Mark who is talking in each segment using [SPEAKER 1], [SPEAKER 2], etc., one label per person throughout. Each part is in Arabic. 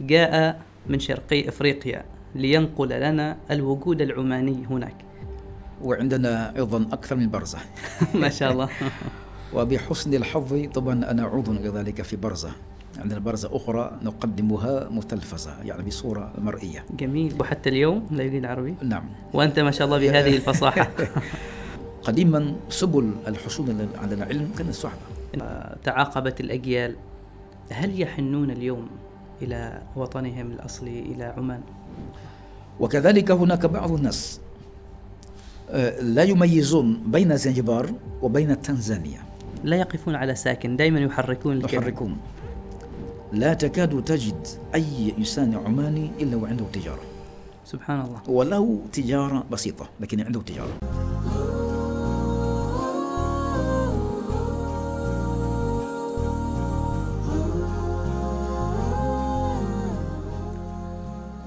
[SPEAKER 1] جاء من شرقي افريقيا لينقل لنا الوجود العماني هناك
[SPEAKER 2] وعندنا أيضا أكثر من برزة
[SPEAKER 1] ما شاء الله
[SPEAKER 2] وبحسن الحظ طبعا أنا عضو كذلك في برزة عندنا برزة أخرى نقدمها متلفزة يعني بصورة مرئية
[SPEAKER 1] جميل وحتى اليوم لا يريد العربي
[SPEAKER 2] نعم
[SPEAKER 1] وانت ما شاء الله بهذه الفصاحه
[SPEAKER 2] قديما سبل الحصول على العلم كانت صعبة
[SPEAKER 1] آه، تعاقبت الاجيال هل يحنون اليوم الى وطنهم الاصلي الى عمان
[SPEAKER 2] وكذلك هناك بعض الناس آه، لا يميزون بين زنجبار وبين تنزانيا
[SPEAKER 1] لا يقفون على ساكن دائما يحركون الكلمة.
[SPEAKER 2] يحركون لا تكاد تجد أي إنسان عماني إلا وعنده تجارة
[SPEAKER 1] سبحان الله
[SPEAKER 2] وله تجارة بسيطة لكن عنده تجارة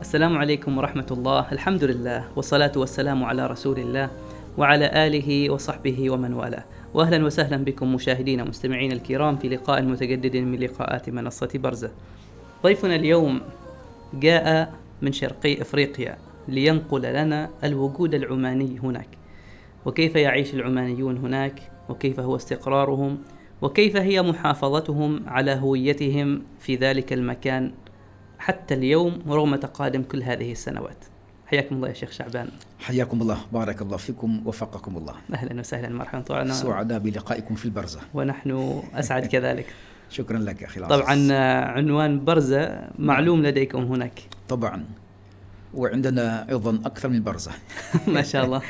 [SPEAKER 1] السلام عليكم ورحمة الله الحمد لله والصلاة والسلام على رسول الله وعلى آله وصحبه ومن والاه وأهلا وسهلا بكم مشاهدينا مستمعينا الكرام في لقاء متجدد من لقاءات منصة برزة ضيفنا اليوم جاء من شرقي إفريقيا لينقل لنا الوجود العماني هناك وكيف يعيش العمانيون هناك وكيف هو استقرارهم وكيف هي محافظتهم على هويتهم في ذلك المكان حتى اليوم ورغم تقادم كل هذه السنوات حياكم الله يا شيخ شعبان
[SPEAKER 2] حياكم الله بارك الله فيكم وفقكم الله
[SPEAKER 1] اهلا وسهلا مرحبا طبعا
[SPEAKER 2] سعداء بلقائكم في البرزة
[SPEAKER 1] ونحن اسعد كذلك
[SPEAKER 2] شكرا لك أخي العزيز
[SPEAKER 1] طبعا آه، عنوان برزة معلوم لديكم هناك
[SPEAKER 2] طبعا وعندنا أيضا أكثر من برزة
[SPEAKER 1] ما شاء الله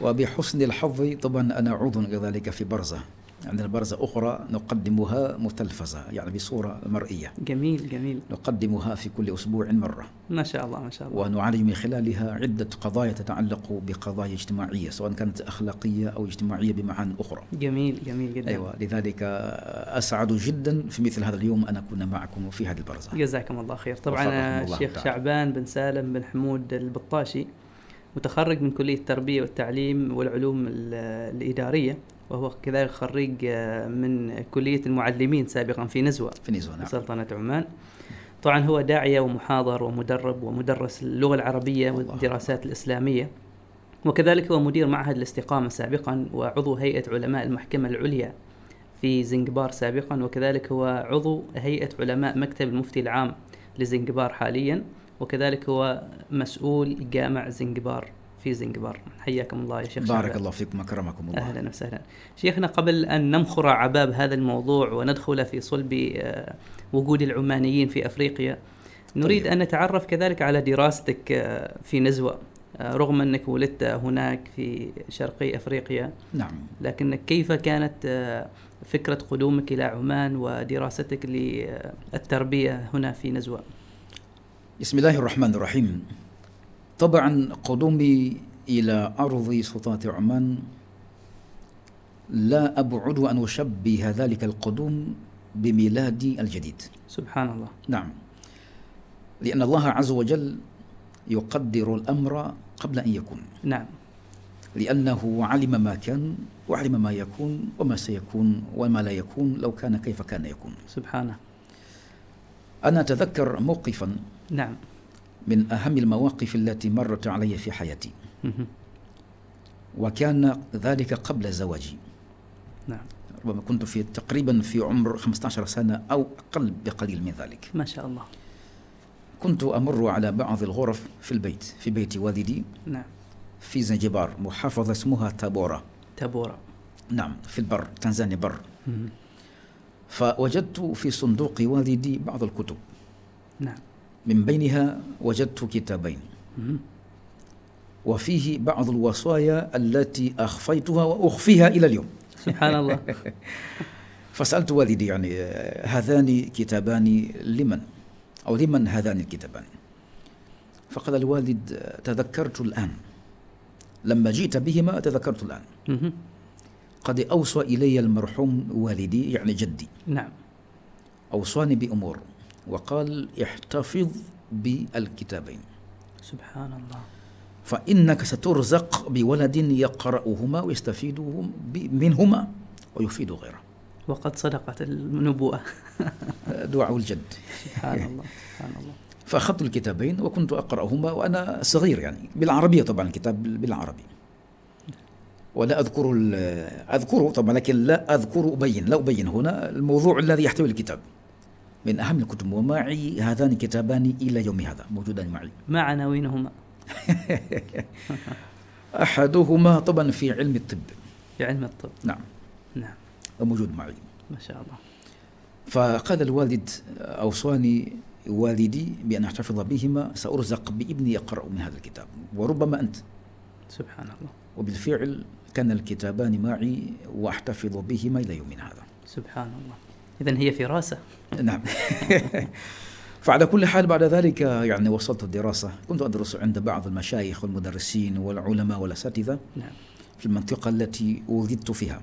[SPEAKER 2] وبحسن الحظ طبعا أنا عضو كذلك في برزة عندنا برزة أخرى نقدمها متلفزة يعني بصورة مرئية
[SPEAKER 1] جميل جميل
[SPEAKER 2] نقدمها في كل أسبوع مرة
[SPEAKER 1] ما شاء الله ما شاء الله
[SPEAKER 2] ونعالج من خلالها عدة قضايا تتعلق بقضايا اجتماعية سواء كانت أخلاقية أو اجتماعية بمعان أخرى
[SPEAKER 1] جميل جميل جدا
[SPEAKER 2] أيوة لذلك أسعد جدا في مثل هذا اليوم أن أكون معكم في هذه البرزة
[SPEAKER 1] جزاكم الله خير طبعا
[SPEAKER 2] وفقكم
[SPEAKER 1] أنا
[SPEAKER 2] الله
[SPEAKER 1] الشيخ
[SPEAKER 2] تعالى.
[SPEAKER 1] شعبان بن سالم بن حمود البطاشي متخرج من كلية التربية والتعليم والعلوم ال- الإدارية وهو كذلك خريج آه، من كلية المعلمين سابقا في نزوة
[SPEAKER 2] فنزويلا نعم.
[SPEAKER 1] سلطنة عمان طبعا هو داعية ومحاضر ومدرب ومدرس اللغة العربية
[SPEAKER 2] الله.
[SPEAKER 1] والدراسات الإسلامية وكذلك هو مدير معهد الاستقامة سابقا وعضو هيئة علماء المحكمة العليا في زنجبار سابقا وكذلك هو عضو هيئة علماء مكتب المفتي العام لزنجبار حاليا وكذلك هو مسؤول جامع زنجبار في زنجبار حياكم الله يا شيخ
[SPEAKER 2] بارك
[SPEAKER 1] شعبان.
[SPEAKER 2] الله فيكم أكرمكم الله
[SPEAKER 1] اهلا وسهلا. شيخنا قبل ان نمخر عباب هذا الموضوع وندخل في صلب آه، وجود العمانيين في افريقيا نريد
[SPEAKER 2] طيب.
[SPEAKER 1] ان نتعرف كذلك على دراستك آه، في نزوه آه، رغم انك ولدت هناك في شرقي افريقيا
[SPEAKER 2] نعم
[SPEAKER 1] لكنك كيف كانت آه، فكره قدومك الى عمان ودراستك للتربيه هنا في نزوه؟
[SPEAKER 2] بسم الله الرحمن الرحيم طبعا قدومي إلى أرض سلطنة عمان لا أبعد أن أشبه ذلك القدوم بميلادي الجديد
[SPEAKER 1] سبحان الله
[SPEAKER 2] نعم لأن الله عز وجل يقدر الأمر قبل أن يكون
[SPEAKER 1] نعم
[SPEAKER 2] لأنه علم ما كان وعلم ما يكون وما سيكون وما لا يكون لو كان كيف كان يكون
[SPEAKER 1] سبحانه
[SPEAKER 2] أنا أتذكر موقفا
[SPEAKER 1] نعم
[SPEAKER 2] من أهم المواقف التي مرت علي في حياتي
[SPEAKER 1] مهم.
[SPEAKER 2] وكان ذلك قبل زواجي
[SPEAKER 1] نعم
[SPEAKER 2] ربما كنت في تقريبا في عمر 15 سنة أو أقل بقليل من ذلك
[SPEAKER 1] ما شاء الله
[SPEAKER 2] كنت أمر على بعض الغرف في البيت في بيت والدي
[SPEAKER 1] نعم
[SPEAKER 2] في زنجبار محافظة اسمها تابورا
[SPEAKER 1] تبوره
[SPEAKER 2] نعم في البر تنزانيا بر
[SPEAKER 1] مهم.
[SPEAKER 2] فوجدت في صندوق والدي بعض الكتب
[SPEAKER 1] نعم
[SPEAKER 2] من بينها وجدت كتابين
[SPEAKER 1] مهم.
[SPEAKER 2] وفيه بعض الوصايا التي أخفيتها وأخفيها إلى اليوم
[SPEAKER 1] سبحان الله
[SPEAKER 2] فسألت والدي يعني آه، هذان كتابان لمن أو لمن هذان الكتابان فقال الوالد آه، تذكرت الآن لما جئت بهما تذكرت الآن
[SPEAKER 1] مهم.
[SPEAKER 2] قد أوصى إلي المرحوم والدي يعني جدي
[SPEAKER 1] نعم
[SPEAKER 2] أوصاني بأمور وقال احتفظ بالكتابين
[SPEAKER 1] سبحان الله
[SPEAKER 2] فإنك سترزق بولد يقرأهما ويستفيد منهما ويفيد غيره
[SPEAKER 1] وقد صدقت النبوءة
[SPEAKER 2] دعاء الجد
[SPEAKER 1] سبحان الله سبحان الله
[SPEAKER 2] فأخذت الكتابين وكنت أقرأهما وأنا صغير يعني بالعربية طبعا الكتاب بالعربي ولا أذكر ال- أذكره طبعا لكن لا أذكر أبين لا أبين هنا الموضوع الذي يحتوي الكتاب من أهم الكتب ومعي هذان كتابان إلى يوم هذا موجودان معي
[SPEAKER 1] ما عناوينهما
[SPEAKER 2] أحدهما طبعا في علم الطب
[SPEAKER 1] في علم الطب
[SPEAKER 2] نعم
[SPEAKER 1] نعم
[SPEAKER 2] وموجود معي
[SPEAKER 1] ما شاء الله
[SPEAKER 2] فقال الوالد أوصاني والدي بأن أحتفظ بهما سأرزق بابني يقرأ من هذا الكتاب وربما أنت
[SPEAKER 1] سبحان الله
[SPEAKER 2] وبالفعل كان الكتابان معي وأحتفظ بهما إلى يومنا هذا
[SPEAKER 1] سبحان الله إذا هي فراسة
[SPEAKER 2] نعم فعلى كل حال بعد ذلك يعني وصلت الدراسة كنت أدرس عند بعض المشايخ والمدرسين والعلماء والأساتذة
[SPEAKER 1] نعم
[SPEAKER 2] في المنطقة التي ولدت فيها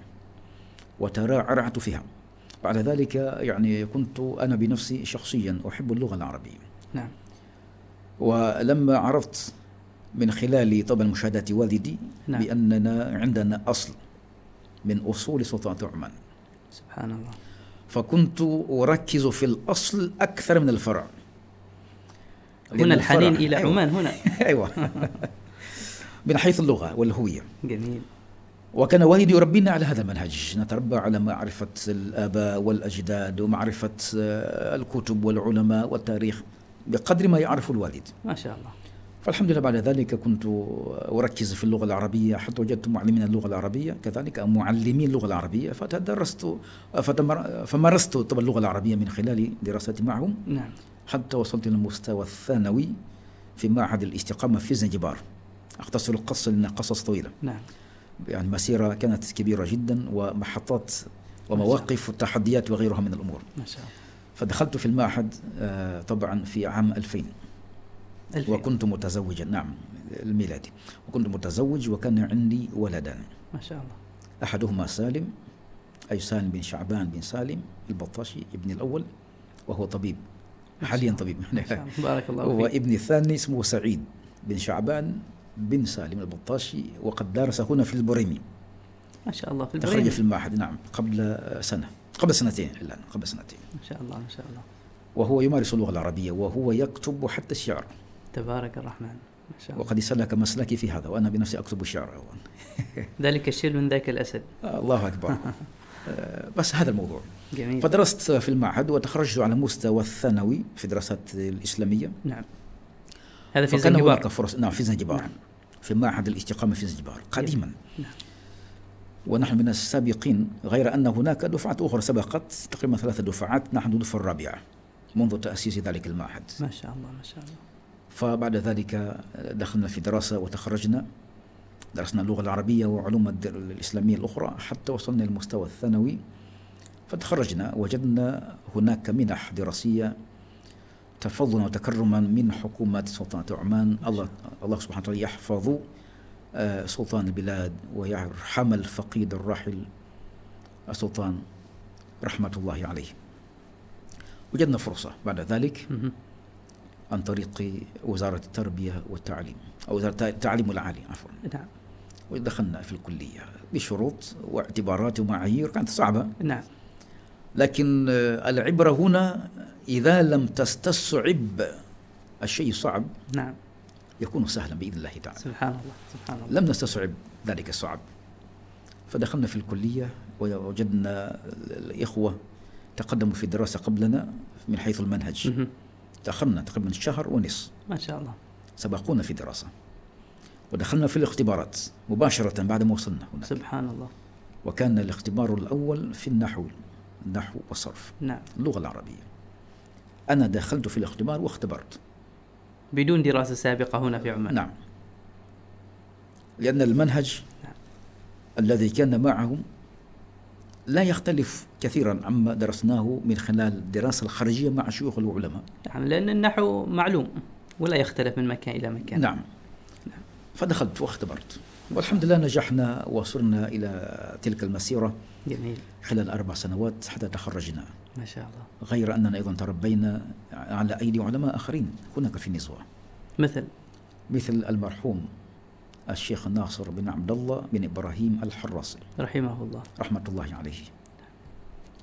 [SPEAKER 2] وترعرعت فيها بعد ذلك يعني كنت أنا بنفسي شخصيا أحب اللغة العربية
[SPEAKER 1] نعم
[SPEAKER 2] ولما عرفت من خلال طبعا مشاهدة والدي
[SPEAKER 1] نعم.
[SPEAKER 2] بأننا عندنا أصل من أصول سلطنة عمان
[SPEAKER 1] سبحان الله
[SPEAKER 2] فكنت أركز في الأصل أكثر من الفرع لأن
[SPEAKER 1] هنا الحنين
[SPEAKER 2] الفرع-
[SPEAKER 1] إلى
[SPEAKER 2] أيوة.
[SPEAKER 1] عمان هنا
[SPEAKER 2] أيوة من حيث اللغة والهوية
[SPEAKER 1] جميل
[SPEAKER 2] وكان والدي يربينا على هذا المنهج نتربى على معرفة الآباء والأجداد ومعرفة آه، الكتب والعلماء والتاريخ بقدر ما يعرف الوالد
[SPEAKER 1] ما شاء الله
[SPEAKER 2] فالحمد لله بعد ذلك كنت أركز في اللغة العربية حتى وجدت معلمين اللغة العربية كذلك معلمين اللغة العربية فتدرست فتمر- فمارست طبعا اللغة العربية من خلال دراستي معهم
[SPEAKER 1] نعم
[SPEAKER 2] حتى وصلت للمستوى الثانوي في معهد الاستقامة في زنجبار أختصر القصة لأن قصص طويلة
[SPEAKER 1] نعم
[SPEAKER 2] يعني مسيرة كانت كبيرة جدا ومحطات ومواقف وتحديات وغيرها من الأمور
[SPEAKER 1] ما شاء الله
[SPEAKER 2] فدخلت في المعهد آه، طبعا في عام 2000
[SPEAKER 1] ألفين.
[SPEAKER 2] وكنت متزوجا نعم الميلادي وكنت متزوج وكان عندي ولدان
[SPEAKER 1] ما شاء الله
[SPEAKER 2] أحدهما سالم أي سالم بن شعبان بن سالم البطاشي ابن الأول وهو طبيب حاليا طبيب
[SPEAKER 1] ما شاء الله بارك الله فيك
[SPEAKER 2] وابني الثاني اسمه سعيد بن شعبان بن سالم البطاشي وقد درس هنا في البريمي
[SPEAKER 1] ما شاء الله في
[SPEAKER 2] تخرج
[SPEAKER 1] البريد
[SPEAKER 2] في المعهد نعم قبل سنة قبل سنتين الآن قبل سنتين
[SPEAKER 1] ما شاء الله ما شاء الله
[SPEAKER 2] وهو يمارس اللغة العربية وهو يكتب حتى الشعر
[SPEAKER 1] تبارك الرحمن ما شاء الله
[SPEAKER 2] وقد سلك مسلكي في هذا وأنا بنفسي أكتب الشعر أيضا
[SPEAKER 1] ذلك الشيل من ذاك الأسد
[SPEAKER 2] آه، الله أكبر آه، بس هذا الموضوع
[SPEAKER 1] جميل
[SPEAKER 2] فدرست في المعهد وتخرجت على مستوى الثانوي في دراسات الإسلامية
[SPEAKER 1] نعم هذا في
[SPEAKER 2] فكان هناك
[SPEAKER 1] زنجبار
[SPEAKER 2] فرص نعم في زنجبار
[SPEAKER 1] نعم.
[SPEAKER 2] في معهد الاستقامة في زنجبار قديما
[SPEAKER 1] نعم.
[SPEAKER 2] ونحن من السابقين غير أن هناك دفعات أخرى سبقت تقريبا ثلاثة دفعات نحن الدفعة الرابعة منذ تأسيس ذلك المعهد
[SPEAKER 1] ما شاء الله ما شاء الله
[SPEAKER 2] فبعد ذلك دخلنا في دراسة وتخرجنا درسنا اللغة العربية وعلوم الد- الإسلامية الأخرى حتى وصلنا للمستوى الثانوي فتخرجنا وجدنا هناك منح دراسية تفضلا وتكرما من حكومة سلطنة عمان الله الله سبحانه وتعالى يحفظ آه، سلطان البلاد ويرحم الفقيد الراحل السلطان رحمة الله عليه وجدنا فرصة بعد ذلك
[SPEAKER 1] مهم.
[SPEAKER 2] عن طريق وزارة التربية والتعليم أو وزارة التعليم والعالي عفوا
[SPEAKER 1] نعم
[SPEAKER 2] ودخلنا في الكلية بشروط واعتبارات ومعايير كانت صعبة
[SPEAKER 1] نعم
[SPEAKER 2] لكن آه، العبرة هنا إذا لم تستصعب الشيء الصعب
[SPEAKER 1] نعم
[SPEAKER 2] يكون سهلا بإذن الله تعالى
[SPEAKER 1] سبحان الله سبحان الله
[SPEAKER 2] لم نستصعب ذلك الصعب فدخلنا في الكلية ووجدنا الإخوة تقدموا في الدراسة قبلنا من حيث المنهج
[SPEAKER 1] مهم.
[SPEAKER 2] تأخرنا تقريبا شهر ونصف
[SPEAKER 1] ما شاء الله
[SPEAKER 2] سبقونا في دراسة ودخلنا في الاختبارات مباشرة بعد ما وصلنا هنا
[SPEAKER 1] سبحان الله
[SPEAKER 2] وكان الاختبار الأول في النحو النحو والصرف
[SPEAKER 1] نعم
[SPEAKER 2] اللغة العربية أنا دخلت في الاختبار واختبرت
[SPEAKER 1] بدون دراسة سابقة هنا في عمان
[SPEAKER 2] نعم لأن المنهج
[SPEAKER 1] نعم.
[SPEAKER 2] الذي كان معهم لا يختلف كثيرا عما درسناه من خلال الدراسة الخارجية مع شيوخ العلماء
[SPEAKER 1] نعم لأن النحو معلوم ولا يختلف من مكان إلى مكان
[SPEAKER 2] نعم فدخلت واختبرت والحمد لله نجحنا وصرنا إلى تلك المسيرة
[SPEAKER 1] جميل
[SPEAKER 2] خلال أربع سنوات حتى تخرجنا
[SPEAKER 1] ما شاء الله
[SPEAKER 2] غير أننا أيضا تربينا على أيدي علماء آخرين هناك في النزوة
[SPEAKER 1] مثل
[SPEAKER 2] مثل المرحوم الشيخ ناصر بن عبد الله بن إبراهيم الحراسي
[SPEAKER 1] رحمه الله
[SPEAKER 2] رحمة الله عليه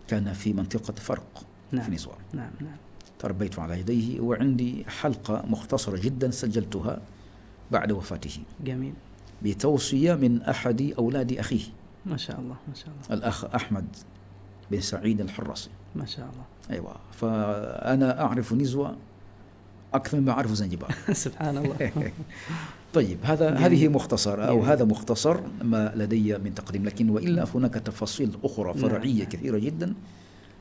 [SPEAKER 2] كان في منطقة فرق
[SPEAKER 1] نعم.
[SPEAKER 2] في نزوان
[SPEAKER 1] نعم نعم
[SPEAKER 2] تربيت على يديه وعندي حلقة مختصرة جدا سجلتها بعد وفاته
[SPEAKER 1] جميل
[SPEAKER 2] بتوصية من أحد أولاد أخيه
[SPEAKER 1] ما شاء الله ما شاء الله
[SPEAKER 2] الأخ أحمد بن سعيد الحراسي
[SPEAKER 1] ما شاء الله
[SPEAKER 2] أيوة فأنا أعرف نزوة أكثر مما أعرف زنجبار
[SPEAKER 1] سبحان الله
[SPEAKER 2] طيب هذا
[SPEAKER 1] جميل.
[SPEAKER 2] هذه مختصر أو
[SPEAKER 1] جميل.
[SPEAKER 2] هذا مختصر ما لدي من تقديم لكن وإلا فهناك تفاصيل أخرى
[SPEAKER 1] نعم.
[SPEAKER 2] فرعية كثيرة جدا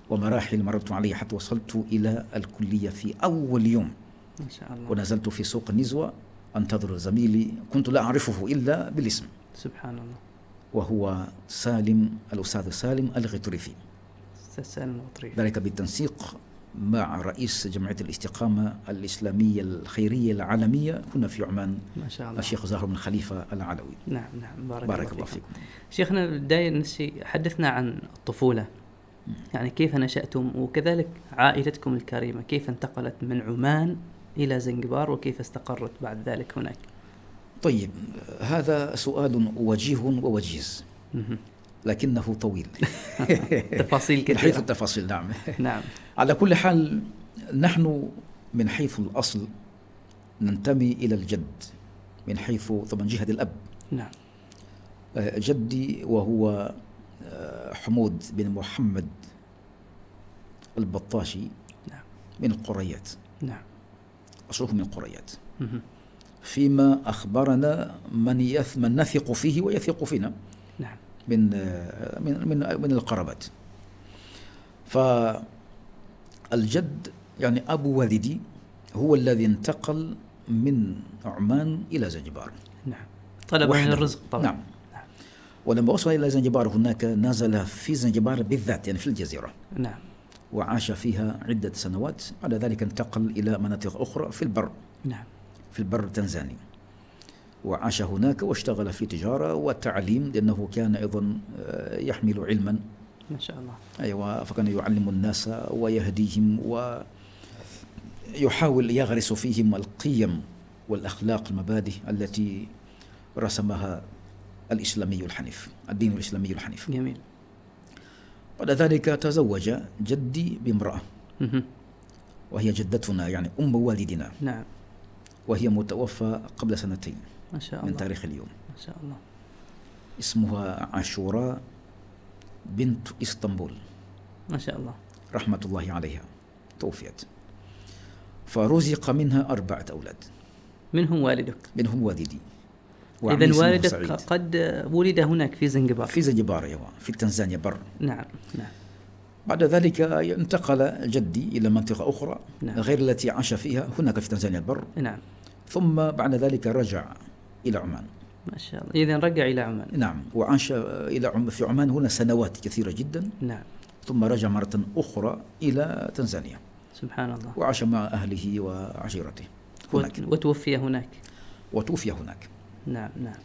[SPEAKER 2] ومراحل مررت عليها حتى وصلت إلى الكلية في أول يوم
[SPEAKER 1] ما شاء الله
[SPEAKER 2] ونزلت في سوق النزوة أنتظر زميلي كنت لا أعرفه إلا بالاسم
[SPEAKER 1] سبحان الله
[SPEAKER 2] وهو سالم الأستاذ سالم الغطريفي
[SPEAKER 1] استاذ سالم الوطري
[SPEAKER 2] ذلك بالتنسيق مع رئيس جمعية الاستقامة الإسلامية الخيرية العالمية هنا في عمان
[SPEAKER 1] ما شاء الله
[SPEAKER 2] الشيخ زهر بن خليفة العلوي
[SPEAKER 1] نعم نعم بارك,
[SPEAKER 2] بارك الله فيكم
[SPEAKER 1] شيخنا البداية نسي حدثنا عن الطفولة يعني كيف نشأتم وكذلك عائلتكم الكريمة كيف انتقلت من عمان إلى زنجبار وكيف استقرت بعد ذلك هناك
[SPEAKER 2] طيب هذا سؤال وجيه ووجيز
[SPEAKER 1] مهم.
[SPEAKER 2] لكنه طويل
[SPEAKER 1] تفاصيل
[SPEAKER 2] من حيث
[SPEAKER 1] كثيرة
[SPEAKER 2] التفاصيل نعم
[SPEAKER 1] نعم
[SPEAKER 2] على كل حال نحن من حيث الأصل ننتمي إلى الجد من حيث طبعا جهة الأب
[SPEAKER 1] نعم
[SPEAKER 2] آه، جدي وهو آه، حمود بن محمد البطاشي
[SPEAKER 1] نعم
[SPEAKER 2] من القريات
[SPEAKER 1] نعم
[SPEAKER 2] أصله من القريات
[SPEAKER 1] مهم.
[SPEAKER 2] فيما أخبرنا من يث من نثق فيه ويثق فينا
[SPEAKER 1] نعم
[SPEAKER 2] من آه، من من, من القرابات فالجد يعني أبو والدي هو الذي انتقل من عمان إلى زنجبار
[SPEAKER 1] نعم طلب من
[SPEAKER 2] وحده.
[SPEAKER 1] الرزق طبعا
[SPEAKER 2] نعم.
[SPEAKER 1] نعم
[SPEAKER 2] ولما وصل إلى زنجبار هناك نزل في زنجبار بالذات يعني في الجزيرة
[SPEAKER 1] نعم
[SPEAKER 2] وعاش فيها عدة سنوات بعد ذلك انتقل إلى مناطق أخرى في البر
[SPEAKER 1] نعم
[SPEAKER 2] في البر التنزاني وعاش هناك واشتغل في تجارة وتعليم لأنه كان أيضا آه، يحمل علما
[SPEAKER 1] ما شاء الله
[SPEAKER 2] أيوة فكان يعلم الناس ويهديهم ويحاول يغرس فيهم القيم والأخلاق المبادئ التي رسمها الإسلامي الحنيف الدين الإسلامي الحنيف
[SPEAKER 1] جميل
[SPEAKER 2] بعد ذلك تزوج جدي بامرأة
[SPEAKER 1] مهم.
[SPEAKER 2] وهي جدتنا يعني أم والدنا
[SPEAKER 1] نعم
[SPEAKER 2] وهي متوفى قبل سنتين
[SPEAKER 1] ما شاء
[SPEAKER 2] من
[SPEAKER 1] الله
[SPEAKER 2] تاريخ اليوم
[SPEAKER 1] ما شاء الله
[SPEAKER 2] اسمها عاشوراء بنت اسطنبول
[SPEAKER 1] ما شاء الله
[SPEAKER 2] رحمة الله عليها توفيت فرزق منها أربعة أولاد
[SPEAKER 1] منهم والدك
[SPEAKER 2] منهم والدي وعمي
[SPEAKER 1] إذا
[SPEAKER 2] اسمه
[SPEAKER 1] والدك
[SPEAKER 2] سعيد.
[SPEAKER 1] قد ولد هناك في زنجبار
[SPEAKER 2] في زنجبار يوا في تنزانيا بر
[SPEAKER 1] نعم نعم
[SPEAKER 2] بعد ذلك انتقل جدي إلى منطقة أخرى
[SPEAKER 1] نعم.
[SPEAKER 2] غير التي عاش فيها هناك في تنزانيا البر
[SPEAKER 1] نعم
[SPEAKER 2] ثم بعد ذلك رجع إلى عمان
[SPEAKER 1] ما شاء الله إذا رجع إلى عمان
[SPEAKER 2] نعم وعاش إلى عم في عمان هنا سنوات كثيرة جدا
[SPEAKER 1] نعم
[SPEAKER 2] ثم رجع مرة أخرى إلى تنزانيا
[SPEAKER 1] سبحان الله
[SPEAKER 2] وعاش مع أهله وعشيرته هناك
[SPEAKER 1] وت- وتوفي هناك
[SPEAKER 2] وتوفي هناك
[SPEAKER 1] نعم نعم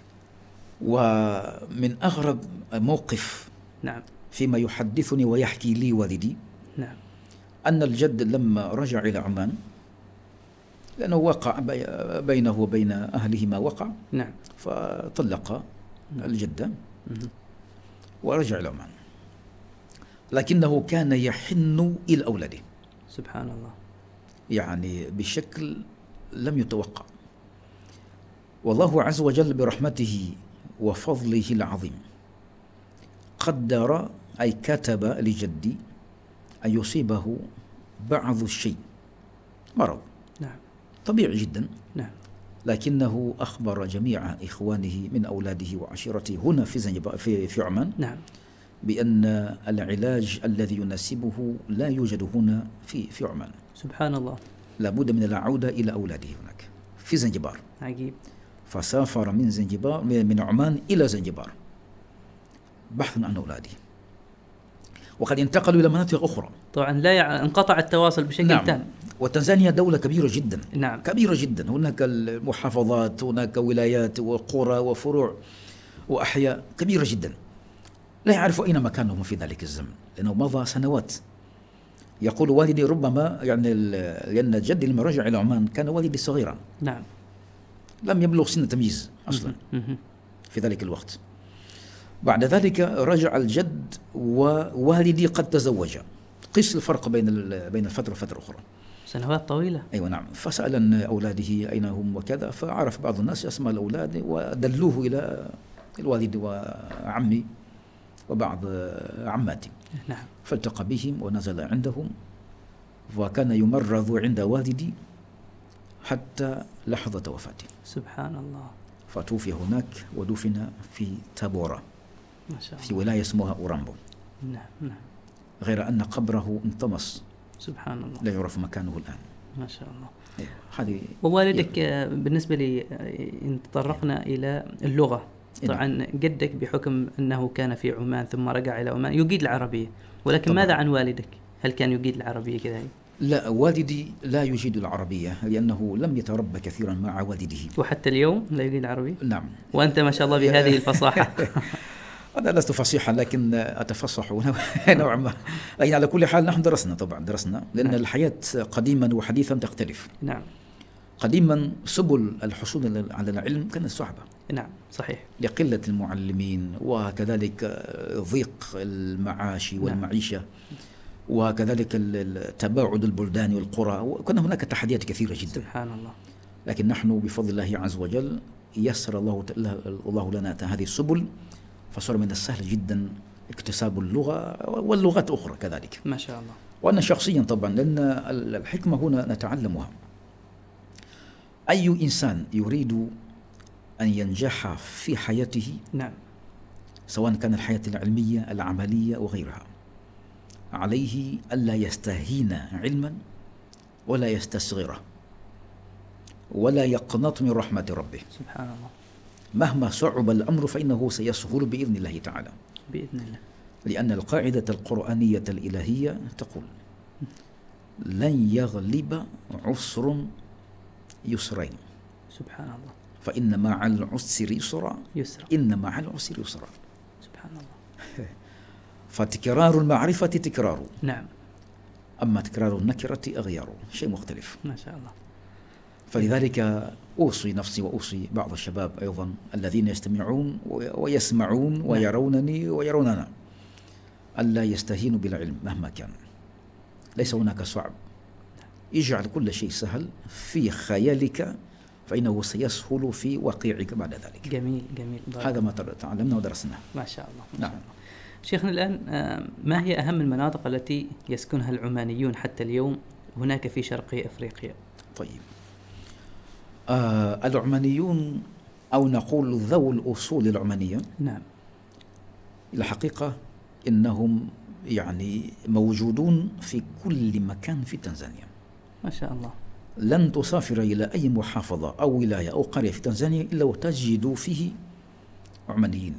[SPEAKER 2] ومن أغرب موقف
[SPEAKER 1] نعم
[SPEAKER 2] فيما يحدثني ويحكي لي والدي
[SPEAKER 1] نعم
[SPEAKER 2] أن الجد لما رجع إلى عمان لأنه وقع بي- بينه وبين أهله ما وقع
[SPEAKER 1] نعم
[SPEAKER 2] فطلق
[SPEAKER 1] نعم.
[SPEAKER 2] الجدة
[SPEAKER 1] مهم.
[SPEAKER 2] ورجع إلى عمان لكنه كان يحن إلى أولاده
[SPEAKER 1] سبحان الله
[SPEAKER 2] يعني بشكل لم يتوقع والله عز وجل برحمته وفضله العظيم قدر أي كتب لجدي أن يصيبه بعض الشيء مرض
[SPEAKER 1] نعم
[SPEAKER 2] طبيعي جدا
[SPEAKER 1] نعم
[SPEAKER 2] لكنه أخبر جميع إخوانه من أولاده وعشيرته هنا في زنجبار في, في عمان
[SPEAKER 1] نعم
[SPEAKER 2] بأن العلاج الذي يناسبه لا يوجد هنا في, في عمان
[SPEAKER 1] سبحان الله
[SPEAKER 2] لابد من العودة إلى أولاده هناك في زنجبار
[SPEAKER 1] عجيب
[SPEAKER 2] فسافر من زنجبار من عمان إلى زنجبار بحثا عن أولاده وقد انتقلوا إلى مناطق أخرى
[SPEAKER 1] طبعا لا يع... انقطع التواصل بشكل
[SPEAKER 2] نعم.
[SPEAKER 1] تام
[SPEAKER 2] وتنزانيا دولة كبيرة جدا
[SPEAKER 1] نعم
[SPEAKER 2] كبيرة جدا هناك المحافظات هناك ولايات وقرى وفروع وأحياء كبيرة جدا لا يعرف أين مكانهم في ذلك الزمن لأنه مضى سنوات يقول والدي ربما يعني ال- لأن جدي لما رجع إلى عمان كان والدي صغيرا
[SPEAKER 1] نعم
[SPEAKER 2] لم يبلغ سن التمييز أصلا
[SPEAKER 1] مهم.
[SPEAKER 2] في ذلك الوقت بعد ذلك رجع الجد ووالدي قد تزوج قيس الفرق بين ال- بين الفتره وفتره اخرى
[SPEAKER 1] سنوات طويلة
[SPEAKER 2] ايوه نعم فسال عن اولاده اين هم وكذا فعرف بعض الناس اسماء الاولاد ودلوه الى الوالد وعمي وبعض عماتي
[SPEAKER 1] نعم
[SPEAKER 2] فالتقى بهم ونزل عندهم وكان يمرض عند والدي حتى لحظه وفاته
[SPEAKER 1] سبحان الله
[SPEAKER 2] فتوفي هناك ودفن في تابورا
[SPEAKER 1] ما شاء الله
[SPEAKER 2] في ولايه اسمها اورامبو
[SPEAKER 1] نعم نعم
[SPEAKER 2] غير ان قبره انطمس
[SPEAKER 1] سبحان الله
[SPEAKER 2] لا يعرف مكانه الان
[SPEAKER 1] ما شاء الله
[SPEAKER 2] أيوة. هذه
[SPEAKER 1] ووالدك آه، بالنسبة لي آه، إن تطرقنا إلى اللغة
[SPEAKER 2] إيه نعم.
[SPEAKER 1] طبعا جدك بحكم أنه كان في عمان ثم رجع إلى عمان يقيد العربية ولكن
[SPEAKER 2] طبعاً.
[SPEAKER 1] ماذا عن والدك؟ هل كان يقيد العربية كذلك؟
[SPEAKER 2] لا والدي لا يجيد العربيه لانه لم يتربى كثيرا مع والده
[SPEAKER 1] وحتى اليوم لا يقيد العربية؟
[SPEAKER 2] نعم
[SPEAKER 1] وأنت ما شاء الله بهذه الفصاحة
[SPEAKER 2] انا لست فصيحا لكن اتفصح نوع- نوعا ما يعني على كل حال نحن درسنا طبعا درسنا لان
[SPEAKER 1] نعم.
[SPEAKER 2] الحياه قديما وحديثا تختلف
[SPEAKER 1] نعم
[SPEAKER 2] قديما سبل الحصول على العلم كانت صعبه
[SPEAKER 1] نعم صحيح
[SPEAKER 2] لقلة المعلمين وكذلك آه، ضيق المعاش والمعيشة وكذلك ال- ال- التباعد البلدان والقرى وكان هناك تحديات كثيرة جدا
[SPEAKER 1] سبحان الله
[SPEAKER 2] لكن نحن بفضل الله عز وجل يسر الله ت- له- الله لنا هذه السبل فصار من السهل جدا اكتساب اللغة واللغات أخرى كذلك
[SPEAKER 1] ما شاء الله
[SPEAKER 2] وأنا شخصيا طبعا لأن ال- الحكمة هنا نتعلمها أي إنسان يريد أن ينجح في حياته
[SPEAKER 1] نعم
[SPEAKER 2] سواء كان الحياة العلمية العملية وغيرها عليه ألا يستهين علما ولا يستصغره ولا يقنط من رحمة ربه
[SPEAKER 1] سبحان الله
[SPEAKER 2] مهما صعب الأمر فإنه سيسهل بإذن الله تعالى
[SPEAKER 1] بإذن الله
[SPEAKER 2] لأن القاعدة القرآنية الإلهية تقول لن يغلب عسر يسرين
[SPEAKER 1] سبحان الله
[SPEAKER 2] فإن مع العسر يسرا
[SPEAKER 1] يسرى
[SPEAKER 2] إن مع العسر يسرا
[SPEAKER 1] سبحان الله
[SPEAKER 2] فتكرار المعرفة تكرار
[SPEAKER 1] نعم
[SPEAKER 2] أما تكرار النكرة أغيار شيء مختلف
[SPEAKER 1] ما شاء الله
[SPEAKER 2] فلذلك أوصي نفسي وأوصي بعض الشباب أيضا الذين يستمعون وي- ويسمعون ويرونني ويروننا ألا يستهينوا بالعلم مهما كان ليس هناك صعب اجعل كل شيء سهل في خيالك فإنه سيسهل في واقعك بعد ذلك
[SPEAKER 1] جميل جميل بارك
[SPEAKER 2] هذا ما تر- تعلمنا ودرسناه
[SPEAKER 1] ما شاء الله ما
[SPEAKER 2] نعم.
[SPEAKER 1] شاء الله. شيخنا الآن آه، ما هي أهم المناطق التي يسكنها العمانيون حتى اليوم هناك في شرقي أفريقيا
[SPEAKER 2] طيب آه العمانيون أو نقول ذو الأصول العمانية
[SPEAKER 1] نعم
[SPEAKER 2] الحقيقة إنهم يعني موجودون في كل مكان في تنزانيا
[SPEAKER 1] ما شاء الله
[SPEAKER 2] لن تسافر إلى أي محافظة أو ولاية أو قرية في تنزانيا إلا وتجد فيه عمانيين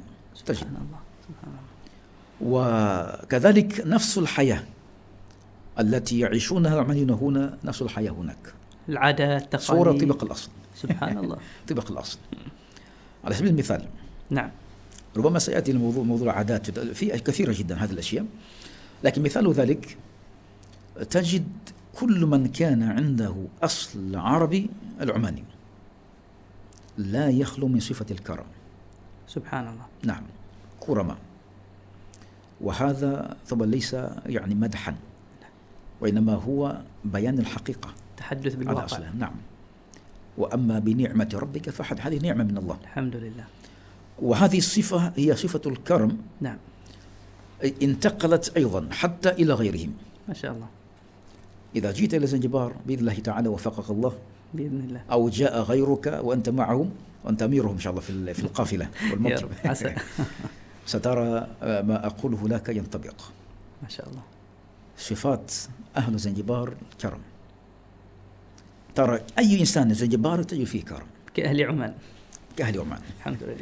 [SPEAKER 2] تجد
[SPEAKER 1] سبحان الله سبحان الله
[SPEAKER 2] وكذلك نفس الحياة التي يعيشونها العمانيون هنا نفس الحياة هناك
[SPEAKER 1] العادات
[SPEAKER 2] صورة
[SPEAKER 1] التقاليد
[SPEAKER 2] طبق الأصل
[SPEAKER 1] سبحان الله
[SPEAKER 2] طبق الأصل على سبيل المثال
[SPEAKER 1] نعم
[SPEAKER 2] ربما سياتي الموضوع موضوع عادات في كثيره جدا هذه الاشياء لكن مثال ذلك تجد كل من كان عنده اصل عربي العماني لا يخلو من صفه الكرم
[SPEAKER 1] سبحان الله
[SPEAKER 2] نعم كرماء وهذا طبعا ليس يعني مدحا وانما هو بيان الحقيقه
[SPEAKER 1] تحدث
[SPEAKER 2] على
[SPEAKER 1] بالواقع
[SPEAKER 2] اصلها نعم واما بنعمه ربك فحد هذه نعمه من الله
[SPEAKER 1] الحمد لله
[SPEAKER 2] وهذه الصفه هي صفه الكرم
[SPEAKER 1] نعم
[SPEAKER 2] انتقلت أيضا حتى إلى غيرهم
[SPEAKER 1] ما شاء الله
[SPEAKER 2] إذا جئت إلى زنجبار بإذن الله تعالى وفقك الله
[SPEAKER 1] بإذن الله
[SPEAKER 2] أو جاء غيرك وأنت معهم وأنت أميرهم إن شاء الله في ال- في القافلة
[SPEAKER 1] يا
[SPEAKER 2] والمطلب
[SPEAKER 1] رب عسى
[SPEAKER 2] سترى آه، ما أقوله لك ينطبق
[SPEAKER 1] ما شاء الله
[SPEAKER 2] صفات أهل زنجبار كرم ترى أي إنسان زنجبار تجد فيه كرم
[SPEAKER 1] كأهل عمان
[SPEAKER 2] كأهل عمان
[SPEAKER 1] الحمد لله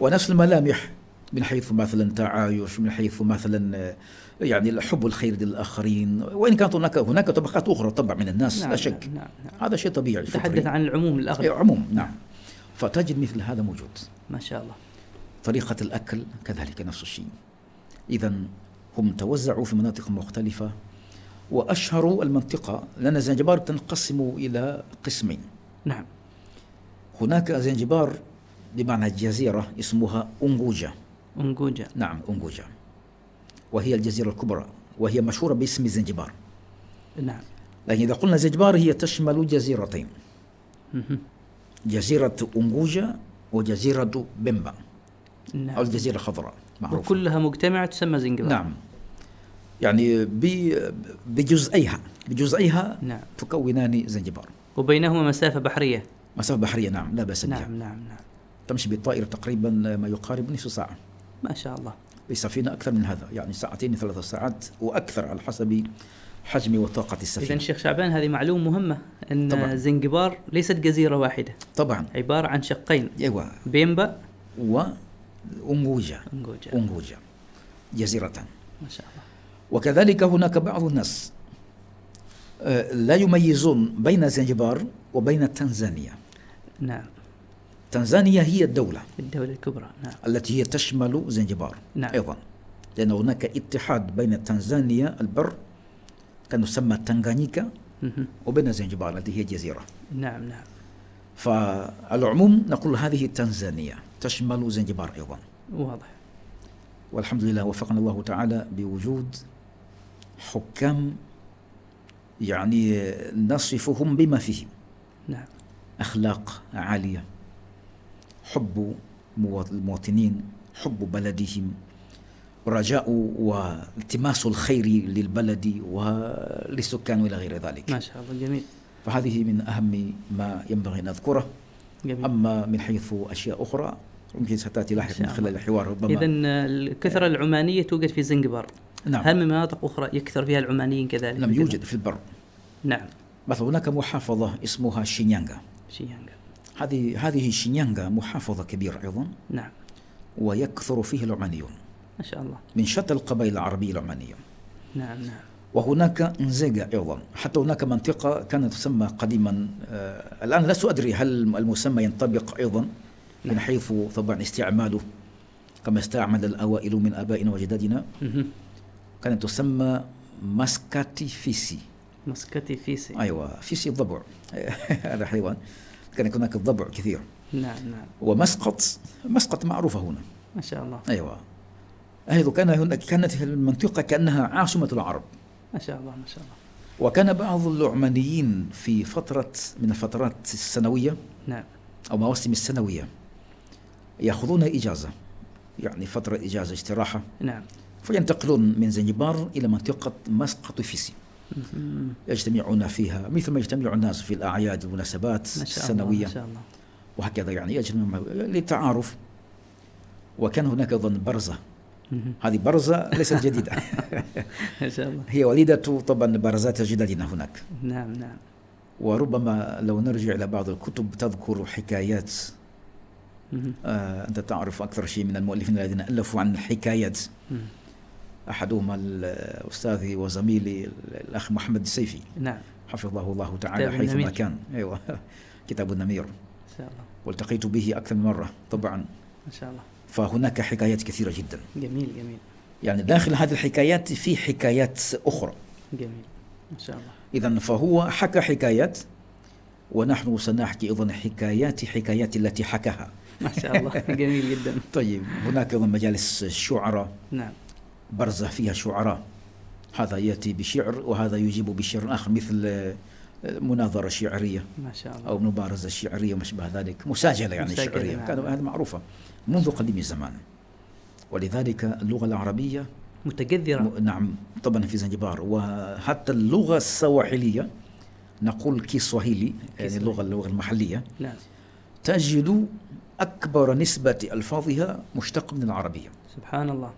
[SPEAKER 2] ونفس الملامح من حيث مثلا تعايش من حيث مثلا آه، يعني الحب الخير للآخرين وإن كانت هناك هناك طبقات أخرى طبعا من الناس لا شك
[SPEAKER 1] نعم نعم
[SPEAKER 2] هذا شيء طبيعي
[SPEAKER 1] تحدث عن العموم
[SPEAKER 2] فطري.
[SPEAKER 1] الأغلب
[SPEAKER 2] عموم نعم فتجد مثل هذا موجود
[SPEAKER 1] ما شاء الله
[SPEAKER 2] طريقة الأكل كذلك نفس الشيء إذا هم توزعوا في مناطق مختلفة وأشهروا المنطقة لأن زنجبار تنقسم إلى قسمين
[SPEAKER 1] نعم
[SPEAKER 2] هناك زنجبار بمعنى الجزيرة اسمها أنجوجة
[SPEAKER 1] أنجوجا
[SPEAKER 2] نعم أنجوجا وهي الجزيرة الكبرى وهي مشهورة باسم زنجبار
[SPEAKER 1] نعم
[SPEAKER 2] لكن إذا قلنا زنجبار هي تشمل جزيرتين
[SPEAKER 1] مهم.
[SPEAKER 2] جزيرة أنجوجا وجزيرة بمبا أو
[SPEAKER 1] نعم
[SPEAKER 2] الجزيرة الخضراء معروفة
[SPEAKER 1] وكلها مجتمعة تسمى زنجبار
[SPEAKER 2] نعم يعني ب- بجزئيها بجزئيها
[SPEAKER 1] نعم
[SPEAKER 2] تكونان زنجبار
[SPEAKER 1] وبينهما مسافة بحرية
[SPEAKER 2] مسافة بحرية نعم لا بأس بها
[SPEAKER 1] نعم نعم نعم
[SPEAKER 2] تمشي بالطائرة تقريبا ما يقارب نصف ساعة
[SPEAKER 1] ما شاء الله
[SPEAKER 2] بسفينة أكثر من هذا يعني ساعتين ثلاثة ساعات وأكثر على حسب حجم وطاقة
[SPEAKER 1] إذا
[SPEAKER 2] السفينة
[SPEAKER 1] شيخ شعبان هذه معلومة مهمة أن
[SPEAKER 2] طبعاً.
[SPEAKER 1] زنجبار ليست جزيرة واحدة
[SPEAKER 2] طبعا
[SPEAKER 1] عبارة عن شقين
[SPEAKER 2] أيوة
[SPEAKER 1] بيمبا
[SPEAKER 2] وأنجوجا
[SPEAKER 1] أنجوجا
[SPEAKER 2] أنجوجا جزيرة
[SPEAKER 1] ما شاء الله
[SPEAKER 2] وكذلك هناك بعض الناس آه، لا يميزون بين زنجبار وبين تنزانيا
[SPEAKER 1] نعم
[SPEAKER 2] تنزانيا هي الدولة
[SPEAKER 1] الدولة الكبرى نعم
[SPEAKER 2] التي هي تشمل زنجبار
[SPEAKER 1] نعم.
[SPEAKER 2] أيضا لأن هناك اتحاد بين تنزانيا البر كان يسمى تنغانيكا
[SPEAKER 1] مهم.
[SPEAKER 2] وبين زنجبار التي هي جزيرة
[SPEAKER 1] نعم نعم
[SPEAKER 2] فعلى العموم نقول هذه تنزانيا تشمل زنجبار أيضا
[SPEAKER 1] واضح
[SPEAKER 2] والحمد لله وفقنا الله تعالى بوجود حكام يعني نصفهم بما فيه
[SPEAKER 1] نعم
[SPEAKER 2] أخلاق عالية حب مو- المواطنين حب بلدهم رجاء والتماس الخير للبلد وللسكان إلى غير ذلك
[SPEAKER 1] ما شاء الله جميل
[SPEAKER 2] فهذه من أهم ما ينبغي أن أذكره
[SPEAKER 1] جميل
[SPEAKER 2] أما من حيث أشياء أخرى يمكن ستأتي لاحقا
[SPEAKER 1] شاء
[SPEAKER 2] من خلال الحوار ربما
[SPEAKER 1] إذا الكثرة العمانية توجد في زنجبار
[SPEAKER 2] آه. نعم
[SPEAKER 1] هل من مناطق أخرى يكثر فيها العمانيين كذلك؟
[SPEAKER 2] لم يوجد في البر
[SPEAKER 1] نعم
[SPEAKER 2] مثلا هناك محافظة اسمها شينيانغا
[SPEAKER 1] شيانغا
[SPEAKER 2] هذه هذه شينيانغا محافظة كبيرة أيضا
[SPEAKER 1] نعم
[SPEAKER 2] ويكثر فيه العمانيون
[SPEAKER 1] ما شاء الله
[SPEAKER 2] من شتى القبائل العربية العمانية
[SPEAKER 1] نعم نعم
[SPEAKER 2] وهناك انزيغا أيضا حتى هناك منطقة كانت تسمى قديما آه الآن لست أدري هل المسمى ينطبق أيضا من حيث طبعا استعماله كما استعمل الأوائل من آبائنا وجدادنا
[SPEAKER 1] مهم.
[SPEAKER 2] كانت تسمى ماسكاتي فيسي
[SPEAKER 1] مسكتي فيسي
[SPEAKER 2] أيوة فيسي الضبع هذا حيوان كان هناك الضبع كثير
[SPEAKER 1] نعم نعم
[SPEAKER 2] ومسقط مسقط معروفة هنا
[SPEAKER 1] ما شاء الله
[SPEAKER 2] أيوة أيضا كان هناك كانت المنطقة كأنها عاصمة العرب
[SPEAKER 1] ما شاء الله ما شاء الله
[SPEAKER 2] وكان بعض العمانيين في فترة من الفترات السنوية
[SPEAKER 1] نعم
[SPEAKER 2] أو مواسم السنوية يأخذون إجازة يعني فترة إجازة استراحة
[SPEAKER 1] نعم
[SPEAKER 2] فينتقلون من زنجبار إلى منطقة مسقط فيسي
[SPEAKER 1] مهم.
[SPEAKER 2] يجتمعون فيها مثل ما يجتمع الناس في الأعياد والمناسبات
[SPEAKER 1] ما شاء الله
[SPEAKER 2] السنوية
[SPEAKER 1] ما شاء الله
[SPEAKER 2] وهكذا يعني يجتمع للتعارف وكان هناك أيضا برزة
[SPEAKER 1] مهم.
[SPEAKER 2] هذه برزة ليست جديدة
[SPEAKER 1] ما شاء الله
[SPEAKER 2] هي وليدة طبعا برزات جدادنا هناك
[SPEAKER 1] نعم نعم
[SPEAKER 2] وربما لو نرجع إلى بعض الكتب تذكر حكايات
[SPEAKER 1] مهم.
[SPEAKER 2] آه أنت تعرف أكثر شيء من المؤلفين الذين ألفوا عن الحكايات
[SPEAKER 1] مهم.
[SPEAKER 2] أحدهما الأستاذ وزميلي الأخ محمد السيفي
[SPEAKER 1] نعم
[SPEAKER 2] حفظه الله تعالى
[SPEAKER 1] كتاب
[SPEAKER 2] حيثما
[SPEAKER 1] النمير.
[SPEAKER 2] كان أيوة كتاب النمير
[SPEAKER 1] ما شاء الله
[SPEAKER 2] والتقيت به أكثر من مرة طبعا
[SPEAKER 1] ما شاء الله
[SPEAKER 2] فهناك حكايات كثيرة جدا
[SPEAKER 1] جميل جميل
[SPEAKER 2] يعني داخل هذه الحكايات في حكايات أخرى
[SPEAKER 1] جميل ما شاء الله
[SPEAKER 2] إذا فهو حكى حكايات ونحن سنحكي أيضا حكايات حكايات التي حكاها
[SPEAKER 1] ما شاء الله جميل جدا
[SPEAKER 2] طيب هناك أيضا مجالس الشعراء
[SPEAKER 1] نعم
[SPEAKER 2] برزة فيها شعراء هذا يأتي بشعر وهذا يجيب بشعر آخر مثل آه، مناظرة شعرية
[SPEAKER 1] ما شاء الله
[SPEAKER 2] أو مبارزة شعرية وما شابه ذلك مساجلة يعني
[SPEAKER 1] مساجلة،
[SPEAKER 2] شعرية
[SPEAKER 1] نعم.
[SPEAKER 2] كان هذا معروفة منذ قديم الزمان ولذلك اللغة العربية
[SPEAKER 1] متجذرة
[SPEAKER 2] م- نعم طبعا في زنجبار وحتى اللغة السواحلية نقول كيسواهيلي يعني
[SPEAKER 1] كيسواهيلي.
[SPEAKER 2] اللغة اللغة المحلية
[SPEAKER 1] نعم
[SPEAKER 2] تجد أكبر نسبة ألفاظها مشتق من العربية
[SPEAKER 1] سبحان الله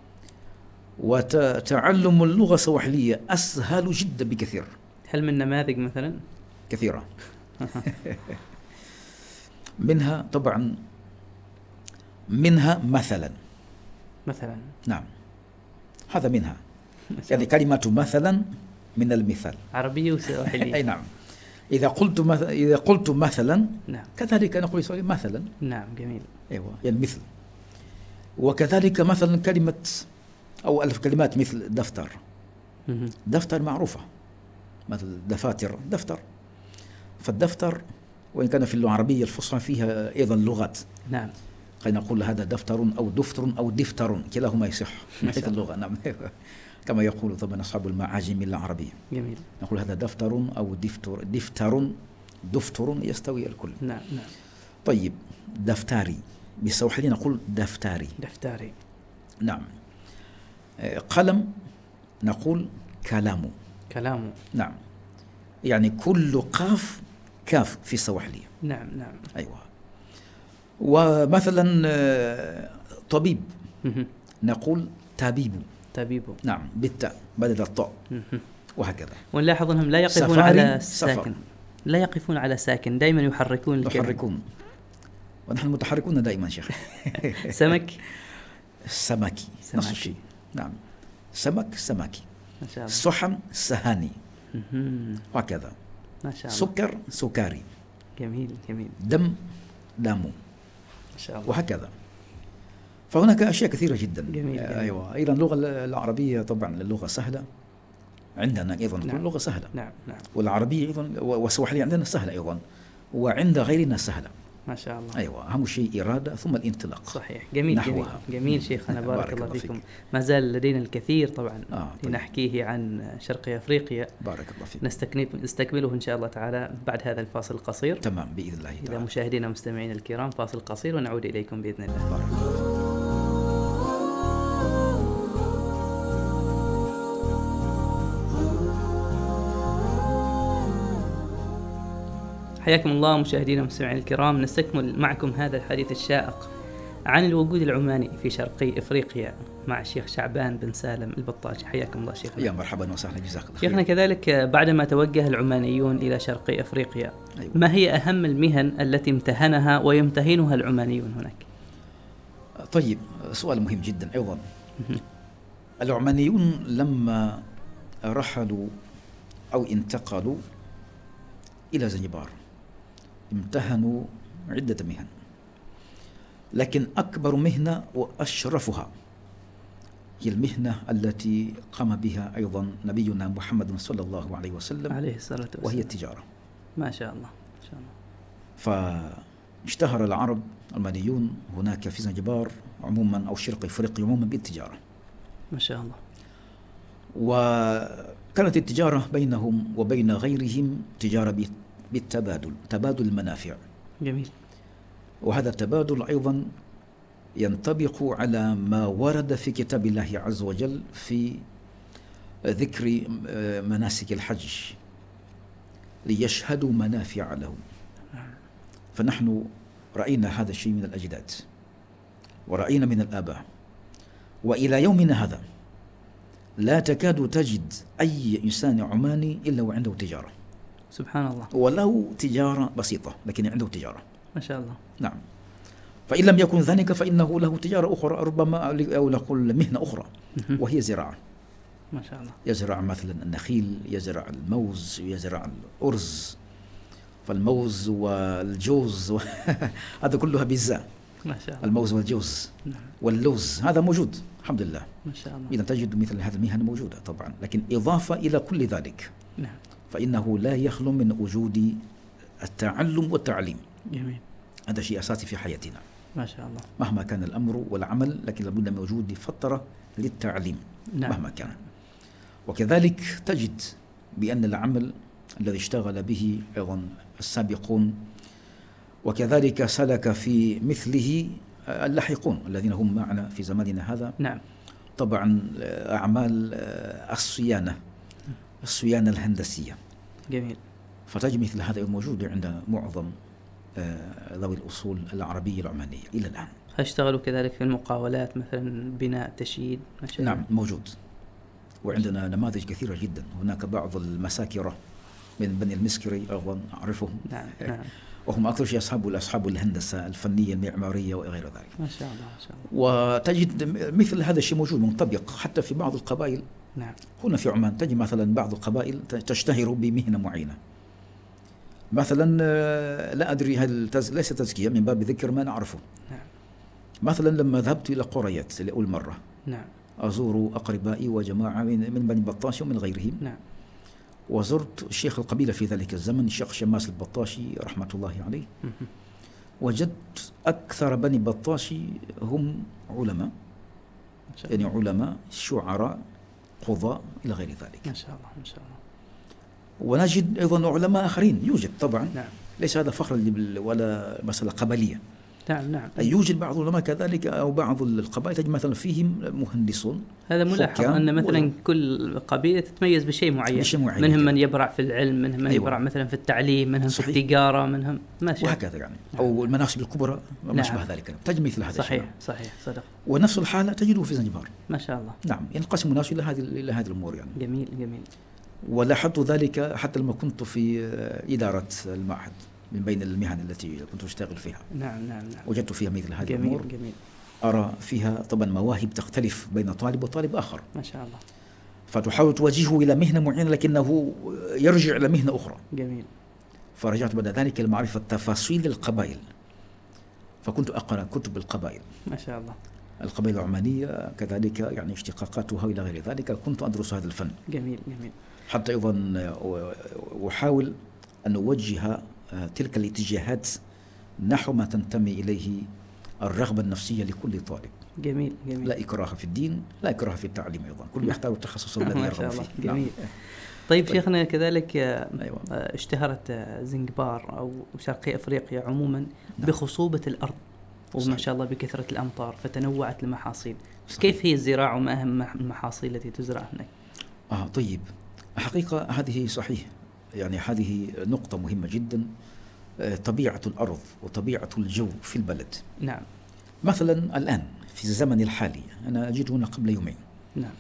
[SPEAKER 2] وتعلم اللغة السواحلية أسهل جدا بكثير
[SPEAKER 1] هل من نماذج مثلا؟
[SPEAKER 2] كثيرة منها طبعا منها مثلا
[SPEAKER 1] مثلا
[SPEAKER 2] نعم هذا منها
[SPEAKER 1] ما شاء
[SPEAKER 2] يعني كلمة مثلا من المثال
[SPEAKER 1] الله. عربية
[SPEAKER 2] أي
[SPEAKER 1] وسواحلية
[SPEAKER 2] نعم إذا قلت مثلا إذا قلت مثلا
[SPEAKER 1] نعم
[SPEAKER 2] كذلك نقول سوري مثلا
[SPEAKER 1] نعم جميل
[SPEAKER 2] أيوة يعني مثل وكذلك مثلا كلمة أو ألف كلمات مثل دفتر
[SPEAKER 1] مهم.
[SPEAKER 2] دفتر معروفة مثل دفاتر دفتر فالدفتر وإن كان في اللغة العربية الفصحى فيها أيضا لغات
[SPEAKER 1] نعم
[SPEAKER 2] خلينا نقول هذا دفتر أو دفتر أو دفتر كلاهما يصح من حيث
[SPEAKER 1] شاء الله.
[SPEAKER 2] اللغة نعم كما يقول طبعا أصحاب المعاجم العربية
[SPEAKER 1] جميل
[SPEAKER 2] نقول هذا دفتر أو دفتر دفتر دفتر يستوي الكل
[SPEAKER 1] نعم نعم
[SPEAKER 2] طيب دفتري بالسواحلي نقول دفتري
[SPEAKER 1] دفتري
[SPEAKER 2] نعم آه، قلم نقول كلامه
[SPEAKER 1] كلامه
[SPEAKER 2] نعم يعني كل قاف كاف في السواحلية
[SPEAKER 1] نعم نعم
[SPEAKER 2] أيوة ومثلا آه، طبيب
[SPEAKER 1] مهم.
[SPEAKER 2] نقول طبيب
[SPEAKER 1] طبيبه
[SPEAKER 2] نعم بالتاء بدل الطاء
[SPEAKER 1] مهم.
[SPEAKER 2] وهكذا
[SPEAKER 1] ونلاحظ انهم لا يقفون
[SPEAKER 2] سفاري،
[SPEAKER 1] على
[SPEAKER 2] سفر.
[SPEAKER 1] ساكن لا يقفون على ساكن دائما يحركون الكلمة.
[SPEAKER 2] يحركون ونحن متحركون دائما شيخ إيه.
[SPEAKER 1] سمك
[SPEAKER 2] سمكي نفس
[SPEAKER 1] سمكي.
[SPEAKER 2] الشيء نعم سمك سمكي
[SPEAKER 1] ما شاء الله
[SPEAKER 2] صحن سهاني
[SPEAKER 1] مهم.
[SPEAKER 2] وهكذا
[SPEAKER 1] ما شاء الله
[SPEAKER 2] سكر سكري
[SPEAKER 1] جميل جميل
[SPEAKER 2] دم دامو
[SPEAKER 1] ما شاء الله
[SPEAKER 2] وهكذا فهناك اشياء كثيره جدا
[SPEAKER 1] جميل،
[SPEAKER 2] آه،
[SPEAKER 1] جميل.
[SPEAKER 2] ايوه ايضا اللغه العربيه طبعا اللغه سهله عندنا ايضا
[SPEAKER 1] نعم.
[SPEAKER 2] نعم. لغه سهله نعم.
[SPEAKER 1] نعم نعم
[SPEAKER 2] والعربيه ايضا و- والسواحليه عندنا سهله ايضا وعند غيرنا سهله
[SPEAKER 1] ما شاء الله
[SPEAKER 2] ايوه اهم شيء اراده ثم الانطلاق
[SPEAKER 1] صحيح جميل جميل
[SPEAKER 2] نحوها.
[SPEAKER 1] جميل شيخنا
[SPEAKER 2] نعم،
[SPEAKER 1] بارك
[SPEAKER 2] بارك
[SPEAKER 1] الله
[SPEAKER 2] الله
[SPEAKER 1] فيكم
[SPEAKER 2] فيك.
[SPEAKER 1] ما زال لدينا الكثير طبعا
[SPEAKER 2] آه، طيب.
[SPEAKER 1] لنحكيه عن شرق افريقيا
[SPEAKER 2] بارك الله
[SPEAKER 1] نعم.
[SPEAKER 2] فيك
[SPEAKER 1] نستكنف- نستكمله ان شاء الله تعالى بعد هذا الفاصل القصير
[SPEAKER 2] تمام باذن الله
[SPEAKER 1] اذا
[SPEAKER 2] تعالى
[SPEAKER 1] مشاهدينا ومستمعينا الكرام فاصل قصير ونعود اليكم باذن الله
[SPEAKER 2] بارك الله
[SPEAKER 1] حياكم الله مشاهدينا ومستمعينا الكرام نستكمل معكم هذا الحديث الشائق عن الوجود العماني في شرقي افريقيا مع الشيخ شعبان بن سالم البطاجي حياكم الله شيخنا
[SPEAKER 2] يا مرحبا وسهلا جزاك الله
[SPEAKER 1] شيخنا
[SPEAKER 2] خير
[SPEAKER 1] كذلك بعدما توجه العمانيون الى شرقي افريقيا
[SPEAKER 2] أيوة.
[SPEAKER 1] ما هي اهم المهن التي امتهنها ويمتهنها العمانيون هناك؟
[SPEAKER 2] طيب سؤال مهم جدا ايضا العمانيون لما رحلوا او انتقلوا الى زنجبار امتهنوا عده مهن لكن اكبر مهنه واشرفها هي المهنه التي قام بها ايضا نبينا محمد صلى الله عليه وسلم
[SPEAKER 1] عليه الصلاه والسلام
[SPEAKER 2] وهي التجاره
[SPEAKER 1] ما شاء الله ما شاء الله
[SPEAKER 2] فاشتهر العرب الماليون هناك في زنجبار عموما او شرق افريقيا عموما بالتجاره
[SPEAKER 1] ما شاء الله
[SPEAKER 2] وكانت التجاره بينهم وبين غيرهم تجاره بال- بالتبادل تبادل المنافع
[SPEAKER 1] جميل
[SPEAKER 2] وهذا التبادل ايضا ينطبق على ما ورد في كتاب الله عز وجل في ذكر آه، مناسك الحج ليشهدوا منافع لهم فنحن راينا هذا الشيء من الاجداد وراينا من الاباء والى يومنا هذا لا تكاد تجد اي انسان عماني الا وعنده تجاره
[SPEAKER 1] سبحان الله
[SPEAKER 2] ولو تجاره بسيطه لكن عنده تجاره
[SPEAKER 1] ما شاء الله
[SPEAKER 2] نعم فإن لم يكن ذلك فإنه له تجارة أخرى ربما أو نقول مهنة أخرى وهي زراعة
[SPEAKER 1] ما شاء الله
[SPEAKER 2] يزرع مثلا النخيل يزرع الموز يزرع الأرز فالموز والجوز و... هذا كلها بزاء
[SPEAKER 1] ما شاء الله
[SPEAKER 2] الموز والجوز
[SPEAKER 1] نعم
[SPEAKER 2] واللوز هذا موجود الحمد لله
[SPEAKER 1] ما شاء الله
[SPEAKER 2] إذا تجد مثل هذه المهن موجودة طبعا لكن إضافة إلى كل ذلك
[SPEAKER 1] نعم
[SPEAKER 2] فإنه لا يخلو من وجود التعلم والتعليم
[SPEAKER 1] جميل
[SPEAKER 2] هذا شيء أساسي في حياتنا
[SPEAKER 1] ما شاء الله
[SPEAKER 2] مهما كان الامر والعمل لكن لابد من وجود فتره للتعليم
[SPEAKER 1] نعم.
[SPEAKER 2] مهما كان وكذلك تجد بان العمل الذي اشتغل به ايضا السابقون وكذلك سلك في مثله اللاحقون الذين هم معنا في زماننا هذا
[SPEAKER 1] نعم
[SPEAKER 2] طبعا اعمال آه، الصيانه الصيانه الهندسيه
[SPEAKER 1] جميل
[SPEAKER 2] فتجد مثل هذا موجود عند معظم آه، ذوي الاصول العربيه العمانيه الى الان
[SPEAKER 1] فاشتغلوا كذلك في المقاولات مثلا بناء تشييد ما شاء
[SPEAKER 2] نعم
[SPEAKER 1] الله.
[SPEAKER 2] موجود وعندنا نماذج كثيرة جدا هناك بعض المساكرة من بني المسكري أيضا أعرفهم
[SPEAKER 1] نعم نعم
[SPEAKER 2] وهم أكثر شيء أصحاب أصحاب الهندسة الفنية المعمارية وغير ذلك
[SPEAKER 1] ما شاء الله ما شاء الله
[SPEAKER 2] وتجد م- مثل هذا الشيء موجود منطبق حتى في بعض القبائل
[SPEAKER 1] نعم
[SPEAKER 2] هنا في عمان تجد مثلا بعض القبائل ت- تشتهر بمهنة معينة مثلا آه، لا أدري هل تز... ليس تزكية من باب ذكر ما نعرفه
[SPEAKER 1] نعم
[SPEAKER 2] مثلا لما ذهبت إلى قريات لأول مرة
[SPEAKER 1] نعم
[SPEAKER 2] أزور أقربائي وجماعة من من بني بطاش ومن غيرهم
[SPEAKER 1] نعم
[SPEAKER 2] وزرت شيخ القبيلة في ذلك الزمن الشيخ شماس البطاشي رحمة الله عليه
[SPEAKER 1] مهم.
[SPEAKER 2] وجدت أكثر بني بطاشي هم علماء
[SPEAKER 1] ما شاء
[SPEAKER 2] يعني
[SPEAKER 1] الله
[SPEAKER 2] علماء شعراء قضاء إلى غير ذلك
[SPEAKER 1] ما شاء الله ما شاء الله
[SPEAKER 2] ونجد أيضا علماء آخرين يوجد طبعا
[SPEAKER 1] نعم
[SPEAKER 2] ليس هذا فخرا لبل- ولا مسألة قبلية
[SPEAKER 1] نعم نعم
[SPEAKER 2] أي يوجد بعض العلماء كذلك أو بعض القبائل تجد مثلا فيهم مهندسون
[SPEAKER 1] هذا ملاحظ
[SPEAKER 2] حكام
[SPEAKER 1] ان مثلا
[SPEAKER 2] وغيره.
[SPEAKER 1] كل قبيله تتميز بشيء معين
[SPEAKER 2] بشيء معين.
[SPEAKER 1] منهم من يبرع في العلم منهم من
[SPEAKER 2] أيوة.
[SPEAKER 1] يبرع مثلا في التعليم منهم
[SPEAKER 2] صحيح.
[SPEAKER 1] في التجاره منهم ما شاء الله
[SPEAKER 2] وهكذا يعني أو المناصب الكبرى ما
[SPEAKER 1] نعم.
[SPEAKER 2] شابه ذلك تجد مثل هذا الشيء.
[SPEAKER 1] صحيح صحيح صدق
[SPEAKER 2] ونفس الحالة تجده في زنجبار
[SPEAKER 1] ما شاء الله
[SPEAKER 2] نعم ينقسم الناس إلى هذه إلى هذه الأمور يعني
[SPEAKER 1] جميل جميل
[SPEAKER 2] ولاحظت ذلك حتى لما كنت في آه، إدارة المعهد من بين المهن التي كنت أشتغل فيها
[SPEAKER 1] نعم نعم نعم
[SPEAKER 2] وجدت فيها مثل هذه
[SPEAKER 1] جميل
[SPEAKER 2] الأمور
[SPEAKER 1] جميل
[SPEAKER 2] أرى فيها طبعا مواهب تختلف بين طالب وطالب آخر
[SPEAKER 1] ما شاء الله
[SPEAKER 2] فتحاول توجهه إلى مهنة معينة لكنه يرجع إلى مهنة أخرى
[SPEAKER 1] جميل
[SPEAKER 2] فرجعت بعد ذلك لمعرفة تفاصيل القبائل فكنت أقرأ كتب القبائل
[SPEAKER 1] ما شاء الله
[SPEAKER 2] القبائل العمانية كذلك يعني اشتقاقاتها إلى غير ذلك كنت أدرس هذا الفن
[SPEAKER 1] جميل جميل
[SPEAKER 2] حتى أيضا آه، أحاول أن أوجه آه، تلك الاتجاهات نحو ما تنتمي إليه الرغبة النفسية لكل طالب
[SPEAKER 1] جميل جميل
[SPEAKER 2] لا إكراه في الدين لا إكراه في التعليم أيضا كل يحتاج التخصص الذي
[SPEAKER 1] نعم. ما شاء
[SPEAKER 2] يرغب
[SPEAKER 1] الله
[SPEAKER 2] فيه نعم.
[SPEAKER 1] جميل طيب شيخنا كذلك آه،
[SPEAKER 2] أيوة.
[SPEAKER 1] آه، اشتهرت آه، زنجبار او شرقي افريقيا عموما بخصوبه الارض وما
[SPEAKER 2] نعم. صحيح.
[SPEAKER 1] شاء الله بكثره الامطار فتنوعت المحاصيل
[SPEAKER 2] صحيح.
[SPEAKER 1] كيف هي الزراعه وما اهم المحاصيل التي تزرع هناك
[SPEAKER 2] آه طيب حقيقة هذه صحيح يعني هذه نقطة مهمة جدا آه، طبيعة الأرض وطبيعة الجو في البلد
[SPEAKER 1] نعم
[SPEAKER 2] مثلا الآن في الزمن الحالي أنا جيت هنا قبل يومين
[SPEAKER 1] نعم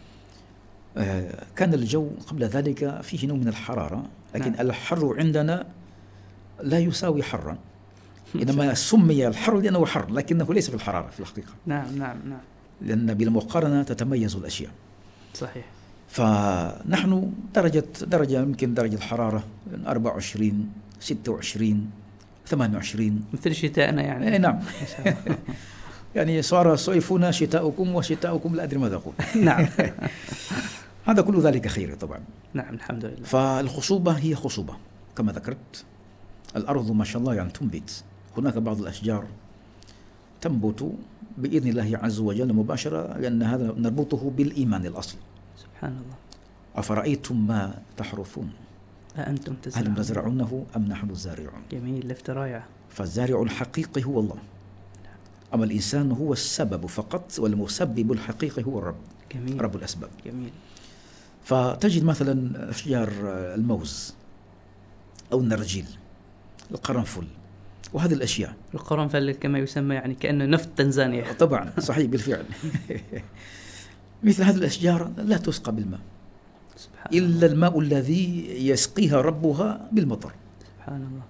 [SPEAKER 2] آه، كان الجو قبل ذلك فيه نوع من الحرارة لكن
[SPEAKER 1] نعم.
[SPEAKER 2] نعم. الحر عندنا لا يساوي حرا إنما سمي الحر لأنه حر لكنه ليس في الحرارة في الحقيقة
[SPEAKER 1] نعم نعم نعم
[SPEAKER 2] لأن بالمقارنة تتميز الأشياء
[SPEAKER 1] صحيح
[SPEAKER 2] فنحن درجة درجة يمكن درجة الحرارة 24 26 28
[SPEAKER 1] مثل شتائنا
[SPEAKER 2] أي
[SPEAKER 1] يعني
[SPEAKER 2] نعم
[SPEAKER 1] ما شاء الله.
[SPEAKER 2] يعني صار صيفنا شتاؤكم وشتاؤكم لا أدري ماذا أقول
[SPEAKER 1] نعم
[SPEAKER 2] هذا كل ذلك خير طبعا
[SPEAKER 1] نعم الحمد لله
[SPEAKER 2] فالخصوبة هي خصوبة كما ذكرت الأرض ما شاء الله يعني تنبت هناك بعض الأشجار تنبت بإذن الله عز وجل مباشرة لأن هذا نربطه بالإيمان الأصل
[SPEAKER 1] سبحان الله
[SPEAKER 2] أفرأيتم ما تحرثون
[SPEAKER 1] أأنتم
[SPEAKER 2] هل
[SPEAKER 1] تزرعون
[SPEAKER 2] تزرعونه أم نحن الزارعون
[SPEAKER 1] جميل لفت رائعة
[SPEAKER 2] فالزارع الحقيقي هو الله أما الإنسان هو السبب فقط والمسبب الحقيقي هو الرب
[SPEAKER 1] جميل
[SPEAKER 2] رب الأسباب
[SPEAKER 1] جميل
[SPEAKER 2] فتجد مثلا أشجار الموز أو النرجيل القرنفل وهذه الأشياء
[SPEAKER 1] القرنفل كما يسمى يعني كأنه نفط تنزانيا
[SPEAKER 2] طبعا صحيح بالفعل مثل هذه الأشجار لا تسقى بالماء
[SPEAKER 1] سبحان الله
[SPEAKER 2] إلا الماء الذي يسقيها ربها بالمطر
[SPEAKER 1] سبحان الله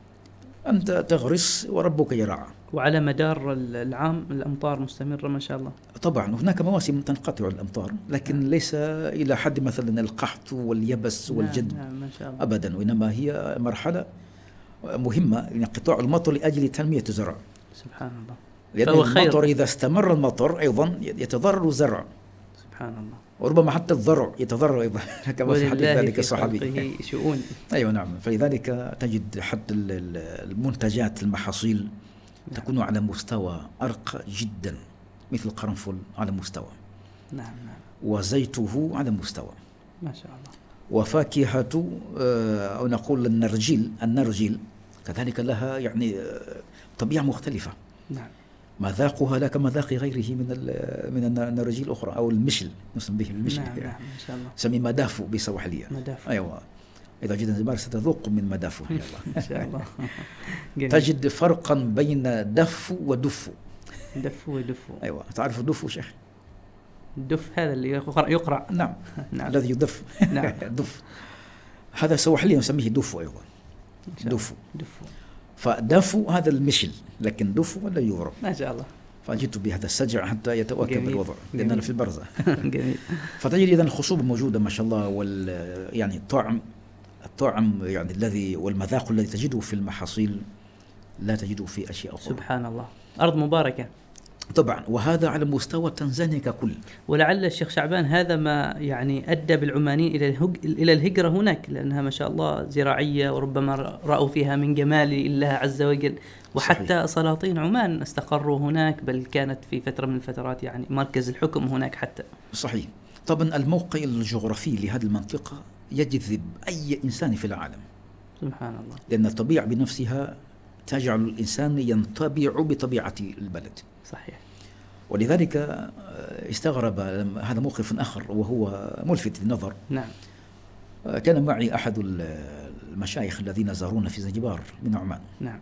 [SPEAKER 2] أنت تغرس وربك يرعى
[SPEAKER 1] وعلى مدار ال- العام الأمطار مستمرة ما شاء الله
[SPEAKER 2] طبعا هناك مواسم تنقطع الامطار لكن ليس الى حد مثلا القحط واليبس والجد
[SPEAKER 1] نعم, نعم ما شاء الله
[SPEAKER 2] ابدا وانما هي مرحله مهمه انقطاع المطر لاجل تنميه الزرع
[SPEAKER 1] سبحان الله
[SPEAKER 2] لان
[SPEAKER 1] فهو خير.
[SPEAKER 2] المطر اذا استمر المطر ايضا يتضرر الزرع
[SPEAKER 1] سبحان الله
[SPEAKER 2] وربما حتى الضرع يتضرر ايضا كما في حديث
[SPEAKER 1] ولله
[SPEAKER 2] ذلك
[SPEAKER 1] في
[SPEAKER 2] الصحابي
[SPEAKER 1] خلقه شؤون
[SPEAKER 2] ايوه نعم فلذلك تجد حتى ال- ال- المنتجات المحاصيل تكون على مستوى ارقى جدا مثل القرنفل على مستوى
[SPEAKER 1] نعم نعم
[SPEAKER 2] وزيته على مستوى
[SPEAKER 1] ما شاء الله
[SPEAKER 2] وفاكهة آه، أو نقول النرجيل النرجيل كذلك لها يعني آه، طبيعة مختلفة
[SPEAKER 1] نعم
[SPEAKER 2] مذاقها لا كمذاق غيره من ال- من الن- النرجيل الأخرى أو المشل نسمي به المشل
[SPEAKER 1] نعم نعم ما شاء الله
[SPEAKER 2] سمي مدافو بسواحلية
[SPEAKER 1] مدافع
[SPEAKER 2] أيوة إذا جيت زنجبار ستذوق من مدافو إن شاء
[SPEAKER 1] ما
[SPEAKER 2] الله
[SPEAKER 1] شاء الله جميل
[SPEAKER 2] تجد فرقا بين دف ودف
[SPEAKER 1] دفوا دفوا
[SPEAKER 2] أيوة تعرف الدف شيخ
[SPEAKER 1] الدف هذا اللي يقرأ, يقرأ.
[SPEAKER 2] نعم
[SPEAKER 1] نعم
[SPEAKER 2] الذي يدف
[SPEAKER 1] نعم.
[SPEAKER 2] دف هذا سواحليا نسميه أيوة. دفو أيضا
[SPEAKER 1] إن شاء الله.
[SPEAKER 2] دفو
[SPEAKER 1] دفوا
[SPEAKER 2] فدفو هذا المشل لكن دفو ولا يضرب
[SPEAKER 1] ما شاء الله
[SPEAKER 2] فجئت بهذا السجع حتى يتواكب
[SPEAKER 1] جميل،
[SPEAKER 2] الوضع لاننا
[SPEAKER 1] جميل.
[SPEAKER 2] في البرزه
[SPEAKER 1] جميل
[SPEAKER 2] فتجد اذا الخصوبه موجوده ما شاء الله وال يعني الطعم الطعم يعني الذي والمذاق الذي تجده في المحاصيل لا تجده في اشياء اخرى
[SPEAKER 1] سبحان الله أرض مباركة
[SPEAKER 2] طبعا وهذا على مستوى تنزانيا ككل
[SPEAKER 1] ولعل الشيخ شعبان هذا ما يعني ادى بالعمانيين الى الهج... الى الهجره هناك لانها ما شاء الله زراعيه وربما راوا فيها من جمال الله عز وجل وحتى صحيح. سلاطين عمان استقروا هناك بل كانت في فتره من الفترات يعني مركز الحكم هناك حتى
[SPEAKER 2] صحيح طبعا الموقع الجغرافي لهذه المنطقه يجذب اي انسان في العالم
[SPEAKER 1] سبحان الله
[SPEAKER 2] لان الطبيعه بنفسها تجعل الانسان ينطبع بطبيعه البلد
[SPEAKER 1] صحيح
[SPEAKER 2] ولذلك آه، استغرب هذا موقف اخر وهو ملفت للنظر
[SPEAKER 1] نعم
[SPEAKER 2] كان معي احد المشايخ الذين زارونا في زنجبار من عمان
[SPEAKER 1] نعم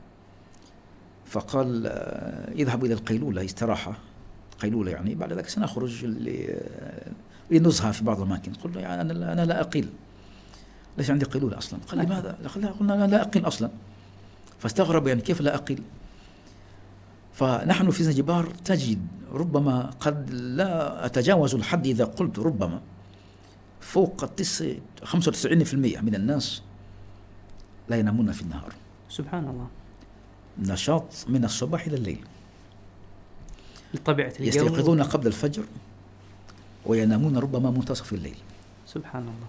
[SPEAKER 2] فقال آه، اذهبوا الى القيلوله استراحه قيلوله يعني بعد ذلك سنخرج لنزهه في بعض الاماكن قلنا يعني انا انا لا اقيل ليس عندي قيلوله اصلا قال
[SPEAKER 1] نعم.
[SPEAKER 2] لماذا؟ قال قلنا انا لا اقيل اصلا فاستغرب يعني كيف لا اقيل؟ فنحن في زنجبار تجد ربما قد لا أتجاوز الحد إذا قلت ربما فوق التس... 95% من الناس لا ينامون في النهار
[SPEAKER 1] سبحان الله
[SPEAKER 2] نشاط من الصباح إلى الليل
[SPEAKER 1] لطبيعه الجو
[SPEAKER 2] يستيقظون قبل الفجر وينامون ربما منتصف الليل
[SPEAKER 1] سبحان الله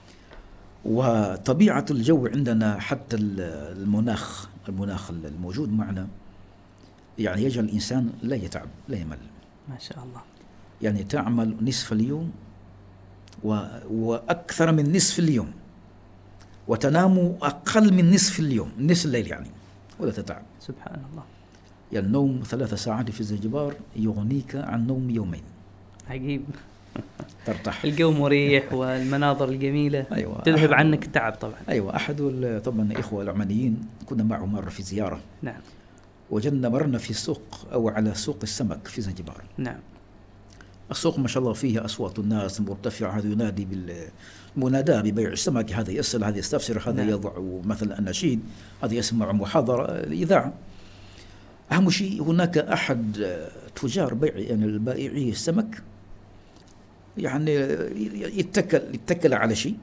[SPEAKER 2] وطبيعة الجو عندنا حتى المناخ المناخ الموجود معنا يعني يجعل الإنسان لا يتعب لا يمل
[SPEAKER 1] ما شاء الله
[SPEAKER 2] يعني تعمل نصف اليوم و... وأكثر من نصف اليوم وتنام أقل من نصف اليوم نصف الليل يعني ولا تتعب
[SPEAKER 1] سبحان الله
[SPEAKER 2] يعني النوم ثلاث ساعات في الزنجبار يغنيك عن نوم يومين
[SPEAKER 1] عجيب
[SPEAKER 2] ترتاح
[SPEAKER 1] الجو مريح والمناظر الجميله
[SPEAKER 2] أيوة.
[SPEAKER 1] تذهب عنك التعب طبعا
[SPEAKER 2] أيوة أحد ال- طبعا الإخوة العمانيين كنا معه مرة في زيارة
[SPEAKER 1] نعم
[SPEAKER 2] وجدنا مرنا في سوق أو على سوق السمك في زنجبار
[SPEAKER 1] نعم
[SPEAKER 2] السوق ما شاء الله فيه أصوات الناس مرتفعة هذا ينادي بالمناداة ببيع السمك هذا يصل هذا يستفسر هذا
[SPEAKER 1] نعم.
[SPEAKER 2] نعم. يضع مثلا النشيد هذا يسمع محاضرة الإذاعة أهم شيء هناك أحد آه، تجار بيع يعني البائعي السمك يعني آه، يتكل يتكل على شيء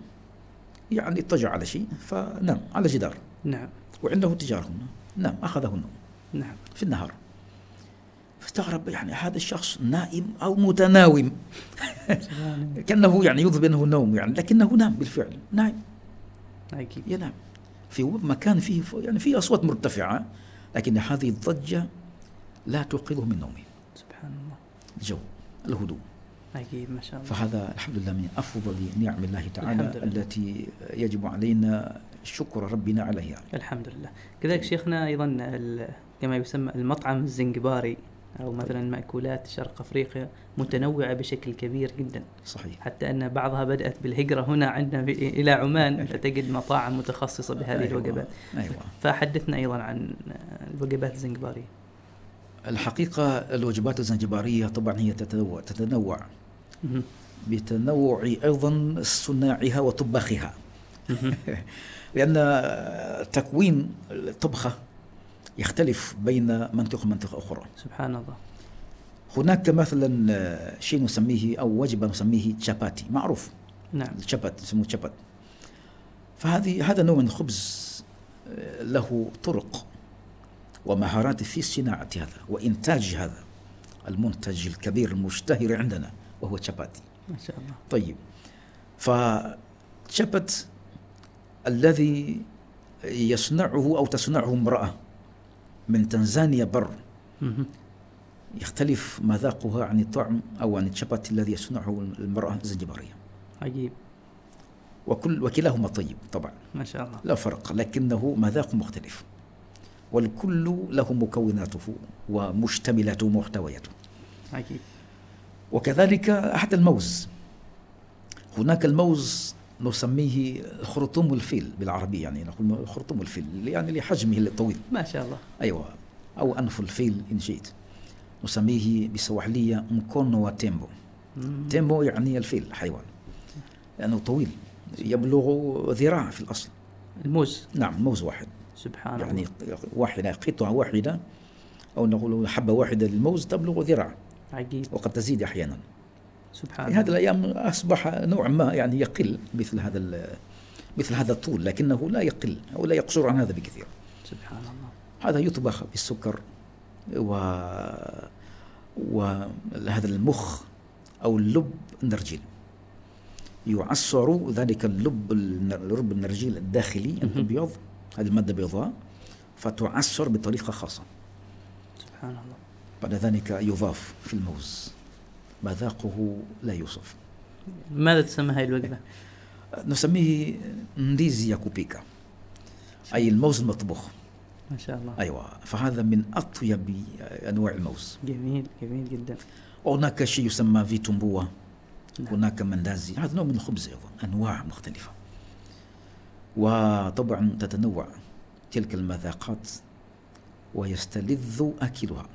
[SPEAKER 2] يعني اضطجع على شيء فنام على جدار
[SPEAKER 1] نعم
[SPEAKER 2] وعنده تجار هنا نام أخذه النوم
[SPEAKER 1] نعم
[SPEAKER 2] في النهار فاستغرب يعني هذا الشخص نائم أو متناوم
[SPEAKER 1] سبحان
[SPEAKER 2] كأنه يعني يظهر أنه نوم يعني لكنه نام بالفعل نايم
[SPEAKER 1] الله. عجيب
[SPEAKER 2] ينام في مكان فيه ف- يعني فيه أصوات مرتفعة لكن هذه الضجة لا توقظه من نومه
[SPEAKER 1] سبحان الله
[SPEAKER 2] الجو الهدوء
[SPEAKER 1] عجيب ما شاء الله
[SPEAKER 2] فهذا الحمد لله من أفضل نعم الله
[SPEAKER 1] الحمد
[SPEAKER 2] تعالى
[SPEAKER 1] لله.
[SPEAKER 2] التي يجب علينا شكر ربنا عليها
[SPEAKER 1] الحمد لله كذلك شيخنا ايضا ال- كما يسمى المطعم الزنجباري او مثلا ماكولات شرق افريقيا متنوعه بشكل كبير جدا
[SPEAKER 2] صحيح
[SPEAKER 1] حتى ان بعضها بدات بالهجره هنا عندنا في- الى عمان فتجد مطاعم متخصصه بهذه
[SPEAKER 2] أيوة.
[SPEAKER 1] الوجبات
[SPEAKER 2] أيوة
[SPEAKER 1] فحدثنا ايضا عن الوجبات الزنجباريه
[SPEAKER 2] الحقيقة الوجبات الزنجبارية طبعا هي تتنوع تتنوع
[SPEAKER 1] مهم.
[SPEAKER 2] بتنوع أيضا صناعها وطباخها
[SPEAKER 1] مهم.
[SPEAKER 2] لأن تكوين الطبخة يختلف بين منطقة ومنطقة أخرى
[SPEAKER 1] سبحان الله
[SPEAKER 2] هناك مثلا شيء نسميه أو وجبة نسميه تشاباتي معروف
[SPEAKER 1] نعم
[SPEAKER 2] الشبت يسموه شبت فهذه هذا نوع من الخبز آه، له طرق ومهارات في صناعة هذا وإنتاج هذا المنتج الكبير المشتهر عندنا وهو شباتي
[SPEAKER 1] ما شاء الله
[SPEAKER 2] طيب فشبت الذي يصنعه أو تصنعه امرأة من تنزانيا بر
[SPEAKER 1] مهم.
[SPEAKER 2] يختلف مذاقها عن الطعم أو عن الشبت الذي يصنعه المرأة الزنجبارية
[SPEAKER 1] عجيب
[SPEAKER 2] وكل وكلاهما طيب طبعا
[SPEAKER 1] ما شاء الله
[SPEAKER 2] لا فرق لكنه مذاق مختلف والكل له مكوناته ومشتملاته ومحتوياته
[SPEAKER 1] عجيب
[SPEAKER 2] وكذلك حتى الموز هناك الموز نسميه خرطوم الفيل بالعربية يعني نقول خرطوم الفيل يعني لحجمه الطويل
[SPEAKER 1] ما شاء الله
[SPEAKER 2] أيوة أو أنف الفيل إن شئت نسميه بسواحلية مكونو وتيمبو
[SPEAKER 1] مم.
[SPEAKER 2] تيمبو يعني الفيل الحيوان لأنه طويل يبلغ ذراع في الأصل
[SPEAKER 1] الموز
[SPEAKER 2] نعم موز واحد
[SPEAKER 1] سبحان
[SPEAKER 2] يعني
[SPEAKER 1] الله
[SPEAKER 2] واحدة قطعة واحدة أو نقول حبة واحدة للموز تبلغ ذراع
[SPEAKER 1] عجيب
[SPEAKER 2] وقد تزيد أحيانا
[SPEAKER 1] سبحان
[SPEAKER 2] في هذه
[SPEAKER 1] الله
[SPEAKER 2] الأيام أصبح نوعا ما يعني يقل مثل هذا ال- مثل هذا الطول لكنه لا يقل أو لا يقصر عن هذا بكثير
[SPEAKER 1] سبحان الله
[SPEAKER 2] هذا يطبخ بالسكر و وهذا المخ أو اللب النرجيل يعصر ذلك اللب اللب النرجيل الداخلي الأبيض هذه المادة بيضاء فتعصر بطريقة خاصة
[SPEAKER 1] سبحان الله
[SPEAKER 2] بعد ذلك يضاف في الموز مذاقه لا يوصف
[SPEAKER 1] ماذا تسمى هاي الوجبة؟
[SPEAKER 2] نسميه نديزي ياكوبيكا أي الموز المطبوخ
[SPEAKER 1] ما شاء الله
[SPEAKER 2] أيوة فهذا من أطيب أنواع الموز
[SPEAKER 1] جميل جميل جدا
[SPEAKER 2] وهناك شيء يسمى فيتومبوا
[SPEAKER 1] نعم.
[SPEAKER 2] هناك مندازي هذا نوع من الخبز أيضا أنواع مختلفة وطبعا تتنوع تلك المذاقات ويستلذ أكلها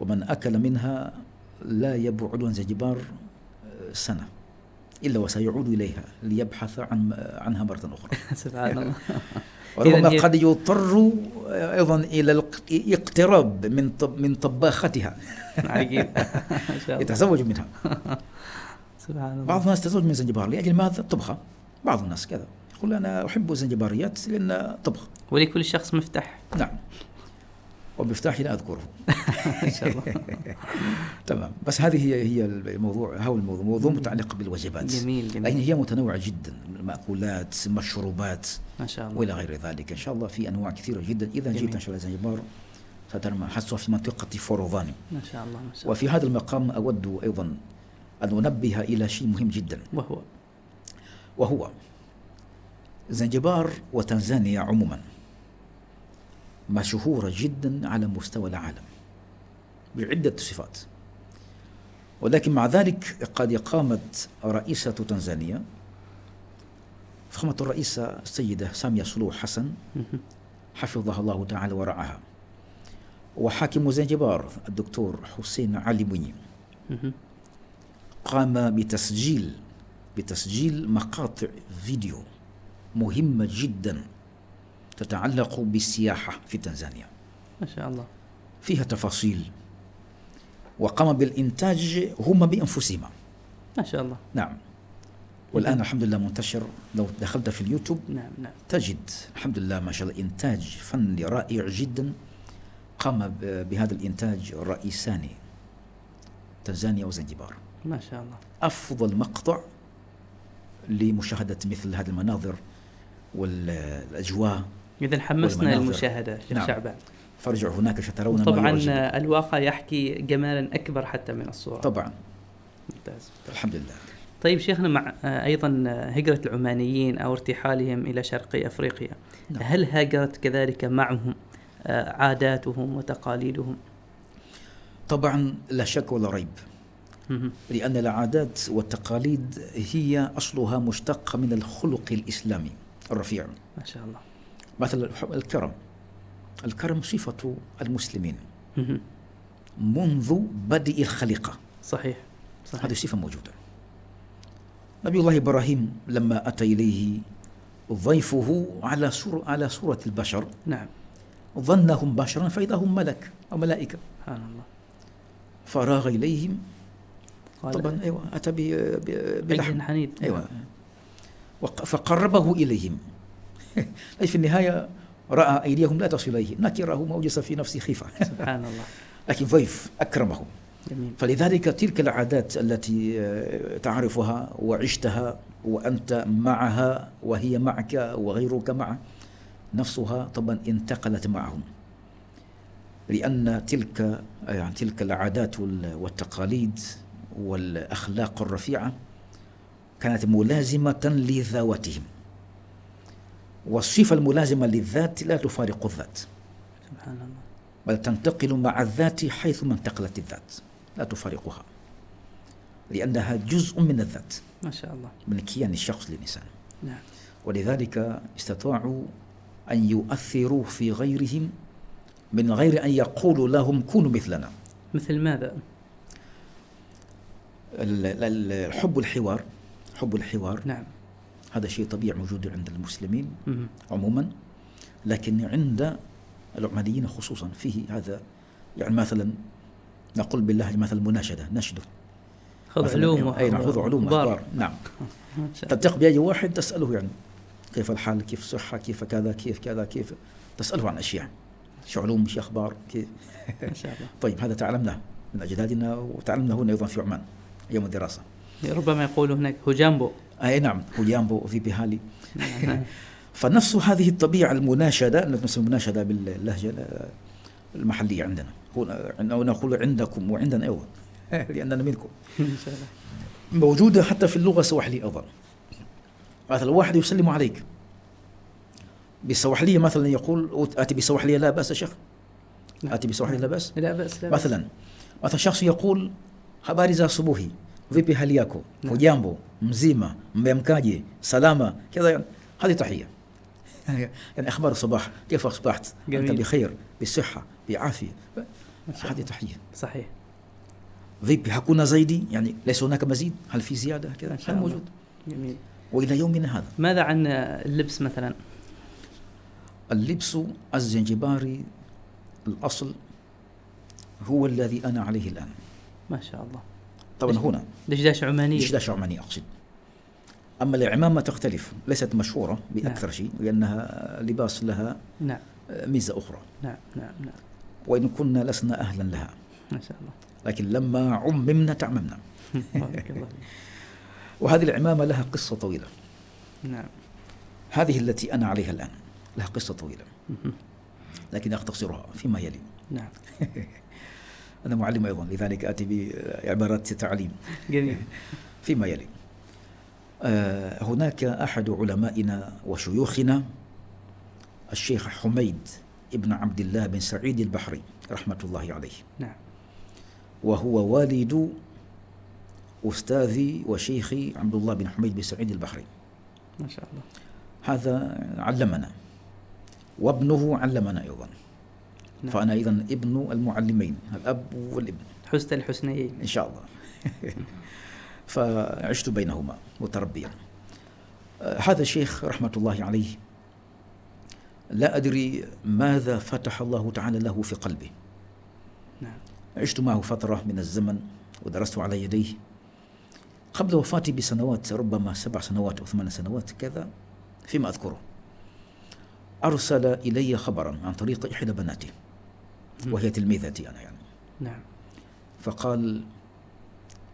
[SPEAKER 2] ومن أكل منها لا يبعد عن زنجبار آه، سنة إلا وسيعود إليها ليبحث عن عنها مرة أخرى
[SPEAKER 1] سبحان الله
[SPEAKER 2] وربما
[SPEAKER 1] إذن هي-
[SPEAKER 2] قد يضطر أيضا إلى الاقتراب من طب من طباختها
[SPEAKER 1] عجيب ما شاء الله
[SPEAKER 2] يتزوج منها
[SPEAKER 1] سبحان
[SPEAKER 2] بعض
[SPEAKER 1] الله
[SPEAKER 2] الناس تزوج من زنجبار لأجل ماذا الطبخة بعض الناس كذا يقول أنا أحب الزنجباريات لأن طبخ
[SPEAKER 1] ولكل شخص مفتاح
[SPEAKER 2] نعم وبمفتاحي لا أذكره
[SPEAKER 1] ان شاء الله
[SPEAKER 2] تمام بس هذه هي هي الموضوع هو الموضوع موضوع متعلق بالوجبات
[SPEAKER 1] جميل
[SPEAKER 2] لكن
[SPEAKER 1] جميل
[SPEAKER 2] هي متنوعة جدا مأكولات مشروبات
[SPEAKER 1] ما شاء الله
[SPEAKER 2] وإلى غير ذلك إن شاء الله في أنواع كثيرة جدا إذا
[SPEAKER 1] جميل.
[SPEAKER 2] جئت إن شاء الله زنجبار سترمى حصة في منطقة فوروفاني
[SPEAKER 1] ما شاء الله ما شاء الله
[SPEAKER 2] وفي هذا المقام أود أيضا أن أنبه إلى شيء مهم جدا
[SPEAKER 1] وهو
[SPEAKER 2] وهو زنجبار وتنزانيا عموما مشهورة جدا على مستوى العالم بعدة صفات ولكن مع ذلك قد قامت رئيسة تنزانيا فخامة الرئيسة السيدة سامية سلوح حسن
[SPEAKER 1] مهم.
[SPEAKER 2] حفظها الله تعالى ورعاها وحاكم زنجبار الدكتور حسين علي بني
[SPEAKER 1] مهم.
[SPEAKER 2] قام بتسجيل بتسجيل مقاطع فيديو مهمة جدا تتعلق بالسياحة في تنزانيا
[SPEAKER 1] ما شاء الله
[SPEAKER 2] فيها تفاصيل وقام بالإنتاج هم بأنفسهم
[SPEAKER 1] ما شاء الله
[SPEAKER 2] نعم والآن الحمد لله منتشر لو دخلت في اليوتيوب
[SPEAKER 1] نعم نعم
[SPEAKER 2] تجد الحمد لله ما شاء الله إنتاج فني رائع جدا قام ب- بهذا الإنتاج الرئيسان تنزانيا وزنجبار
[SPEAKER 1] ما شاء الله
[SPEAKER 2] أفضل مقطع لمشاهدة مثل هذه المناظر والأجواء
[SPEAKER 1] اذا حمسنا
[SPEAKER 2] والمناظر.
[SPEAKER 1] للمشاهده شيخ
[SPEAKER 2] نعم.
[SPEAKER 1] شعبان
[SPEAKER 2] فارجعوا هناك سترون ما
[SPEAKER 1] طبعا
[SPEAKER 2] يعجبكم.
[SPEAKER 1] الواقع يحكي جمالا اكبر حتى من الصوره
[SPEAKER 2] طبعا
[SPEAKER 1] ممتاز
[SPEAKER 2] الحمد لله
[SPEAKER 1] طيب شيخنا مع آه، ايضا آه، هجره العمانيين او ارتحالهم الى شرقي افريقيا
[SPEAKER 2] نعم.
[SPEAKER 1] هل هاجرت كذلك معهم آه، عاداتهم وتقاليدهم
[SPEAKER 2] طبعا لا شك ولا ريب
[SPEAKER 1] مهم.
[SPEAKER 2] لأن العادات والتقاليد هي أصلها مشتقة من الخلق الإسلامي الرفيع
[SPEAKER 1] ما شاء الله
[SPEAKER 2] مثلا الكرم الكرم صفة المسلمين
[SPEAKER 1] مهم.
[SPEAKER 2] منذ بدء الخليقة
[SPEAKER 1] صحيح
[SPEAKER 2] هذه
[SPEAKER 1] صحيح
[SPEAKER 2] صفة موجودة نبي الله إبراهيم لما أتى إليه ضيفه على سور على صورة البشر
[SPEAKER 1] نعم
[SPEAKER 2] ظنهم بشرا فإذا هم ملك أو ملائكة
[SPEAKER 1] سبحان الله
[SPEAKER 2] فراغ إليهم
[SPEAKER 1] قال
[SPEAKER 2] طبعا أيوة أتى ب- ب-
[SPEAKER 1] عجل
[SPEAKER 2] بلحم
[SPEAKER 1] حنيد
[SPEAKER 2] أيوة وق- فقربه إليهم أي في النهاية رأى أيديهم لا تصل إليه نكره موجس في نفسه خيفة
[SPEAKER 1] سبحان الله
[SPEAKER 2] لكن ضيف أكرمه
[SPEAKER 1] جميل
[SPEAKER 2] فلذلك تلك العادات التي آه، تعرفها وعشتها وأنت معها وهي معك وغيرك معه نفسها طبعا انتقلت معهم لأن تلك يعني تلك العادات وال- والتقاليد والأخلاق الرفيعة كانت ملازمة لذواتهم والصفة الملازمة للذات لا تفارق الذات
[SPEAKER 1] سبحان الله
[SPEAKER 2] بل تنتقل مع الذات حيثما انتقلت الذات لا تفارقها لأنها جزء من الذات
[SPEAKER 1] ما شاء الله
[SPEAKER 2] من كيان الشخص للإنسان
[SPEAKER 1] نعم
[SPEAKER 2] ولذلك استطاعوا أن يؤثروا في غيرهم من غير أن يقولوا لهم كونوا مثلنا
[SPEAKER 1] مثل ماذا
[SPEAKER 2] ال- ال- الحب الحوار حب الحوار
[SPEAKER 1] نعم
[SPEAKER 2] هذا شيء طبيعي موجود عند المسلمين
[SPEAKER 1] مهم.
[SPEAKER 2] عموما لكن عند العمانيين خصوصا فيه هذا يعني مثلا نقول بالله مثلا مناشدة نشده
[SPEAKER 1] خذ
[SPEAKER 2] مثلاً
[SPEAKER 1] علوم
[SPEAKER 2] اي نعم خذ علوم
[SPEAKER 1] وأخبار.
[SPEAKER 2] اخبار نعم
[SPEAKER 1] ما شاء الله.
[SPEAKER 2] تلتقي باي واحد تساله يعني كيف الحال كيف الصحه كيف كذا كيف كذا كيف تساله عن اشياء شو علوم شو اخبار كيف
[SPEAKER 1] ما شاء الله
[SPEAKER 2] طيب هذا تعلمناه من أجدادنا وتعلمنا هنا أيضا في عمان أيام الدراسة
[SPEAKER 1] ربما يقولوا هناك هوجامبو
[SPEAKER 2] أي نعم هوجامبو وفي بهالي فنفس هذه الطبيعة المناشدة نسمي المناشدة باللهجة المحلية عندنا هنا نقول عندكم وعندنا أيوة لأننا منكم
[SPEAKER 1] ان شاء الله
[SPEAKER 2] موجودة حتى في اللغة السواحلية أيضا مثلا واحد يسلم عليك بالسواحلية مثلا يقول أتي بسواحلية لا بأس يا شيخ
[SPEAKER 1] نعم.
[SPEAKER 2] أتي بسواحلية لا بأس
[SPEAKER 1] لا باس لا بأس.
[SPEAKER 2] مثلا مثلا شخص يقول habari subuhi vipi hali yako
[SPEAKER 1] Naam.
[SPEAKER 2] hujambo mzima mmeamkaje salama كذا يعني هذه تحية يعني أخبار الصباح كيف أصبحت أنت
[SPEAKER 1] أيوة. جميل.
[SPEAKER 2] بخير بصحة بعافية هذه تحية
[SPEAKER 1] صحيح
[SPEAKER 2] vipi hakuna zaidi yani يعني ليس هناك مزيد هل في زيادة كذا
[SPEAKER 1] إن شاء
[SPEAKER 2] هذا
[SPEAKER 1] الله.
[SPEAKER 2] موجود
[SPEAKER 1] جميل
[SPEAKER 2] وإلى يومنا هذا
[SPEAKER 1] ماذا عن اللبس مثلا؟
[SPEAKER 2] اللبس الزنجباري الأصل هو الذي أنا عليه الآن
[SPEAKER 1] ما شاء الله
[SPEAKER 2] طبعا هنا
[SPEAKER 1] دشداش عمانية
[SPEAKER 2] دشداش عماني أقصد أما العمامة تختلف ليست مشهورة بأكثر شيء لأنها لباس لها
[SPEAKER 1] نعم
[SPEAKER 2] ميزة أخرى
[SPEAKER 1] نعم نعم نعم
[SPEAKER 2] وإن كنا لسنا أهلا لها
[SPEAKER 1] ما شاء الله
[SPEAKER 2] لكن لما عممنا تعممنا
[SPEAKER 1] بارك الله فيك.
[SPEAKER 2] وهذه العمامة لها قصة طويلة
[SPEAKER 1] نعم
[SPEAKER 2] هذه التي أنا عليها الآن لها قصة طويلة
[SPEAKER 1] مهم.
[SPEAKER 2] لكن أختصرها فيما يلي
[SPEAKER 1] نعم
[SPEAKER 2] أنا معلم أيضا لذلك آتي بعبارات تعليم
[SPEAKER 1] جميل
[SPEAKER 2] فيما يلي آه، هناك أحد علمائنا وشيوخنا الشيخ حميد ابن عبد الله بن سعيد البحري رحمة الله عليه
[SPEAKER 1] نعم
[SPEAKER 2] وهو والد أستاذي وشيخي عبد الله بن حميد بن سعيد البحري
[SPEAKER 1] ما شاء الله
[SPEAKER 2] هذا علمنا وابنه علمنا أيضا
[SPEAKER 1] نعم.
[SPEAKER 2] فأنا أيضا ابن المعلمين الأب والابن
[SPEAKER 1] حسن الحسنيين
[SPEAKER 2] إن شاء الله فعشت بينهما متربيا آه، هذا الشيخ رحمة الله عليه لا أدري ماذا فتح الله تعالى له في قلبه
[SPEAKER 1] نعم
[SPEAKER 2] عشت معه فترة من الزمن ودرست على يديه قبل وفاتي بسنوات ربما سبع سنوات أو ثمان سنوات كذا فيما أذكره أرسل إلي خبرا عن طريق إحدى بناته وهي تلميذتي أنا يعني
[SPEAKER 1] نعم
[SPEAKER 2] فقال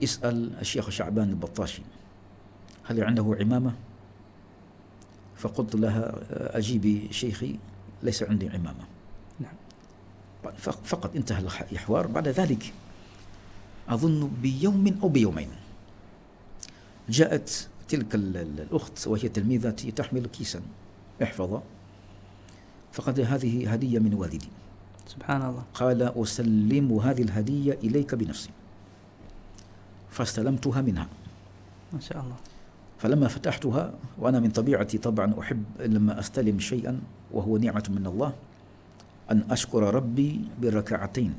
[SPEAKER 2] اسأل الشيخ شعبان البطاشي هل عنده عمامة؟ فقلت لها أجيبي شيخي ليس عندي عمامة
[SPEAKER 1] نعم
[SPEAKER 2] فق- فقط انتهى الح- الحوار بعد ذلك أظن بيوم أو بيومين جاءت تلك ال- ال- الأخت وهي تلميذتي تحمل كيسا احفظه فقد هذه هدية من والدي
[SPEAKER 1] سبحان الله
[SPEAKER 2] قال أسلم هذه الهدية إليك بنفسي فاستلمتها منها
[SPEAKER 1] ما شاء الله
[SPEAKER 2] فلما فتحتها وأنا من طبيعتي طبعا أحب لما أستلم شيئا وهو نعمة من الله أن أشكر ربي بالركعتين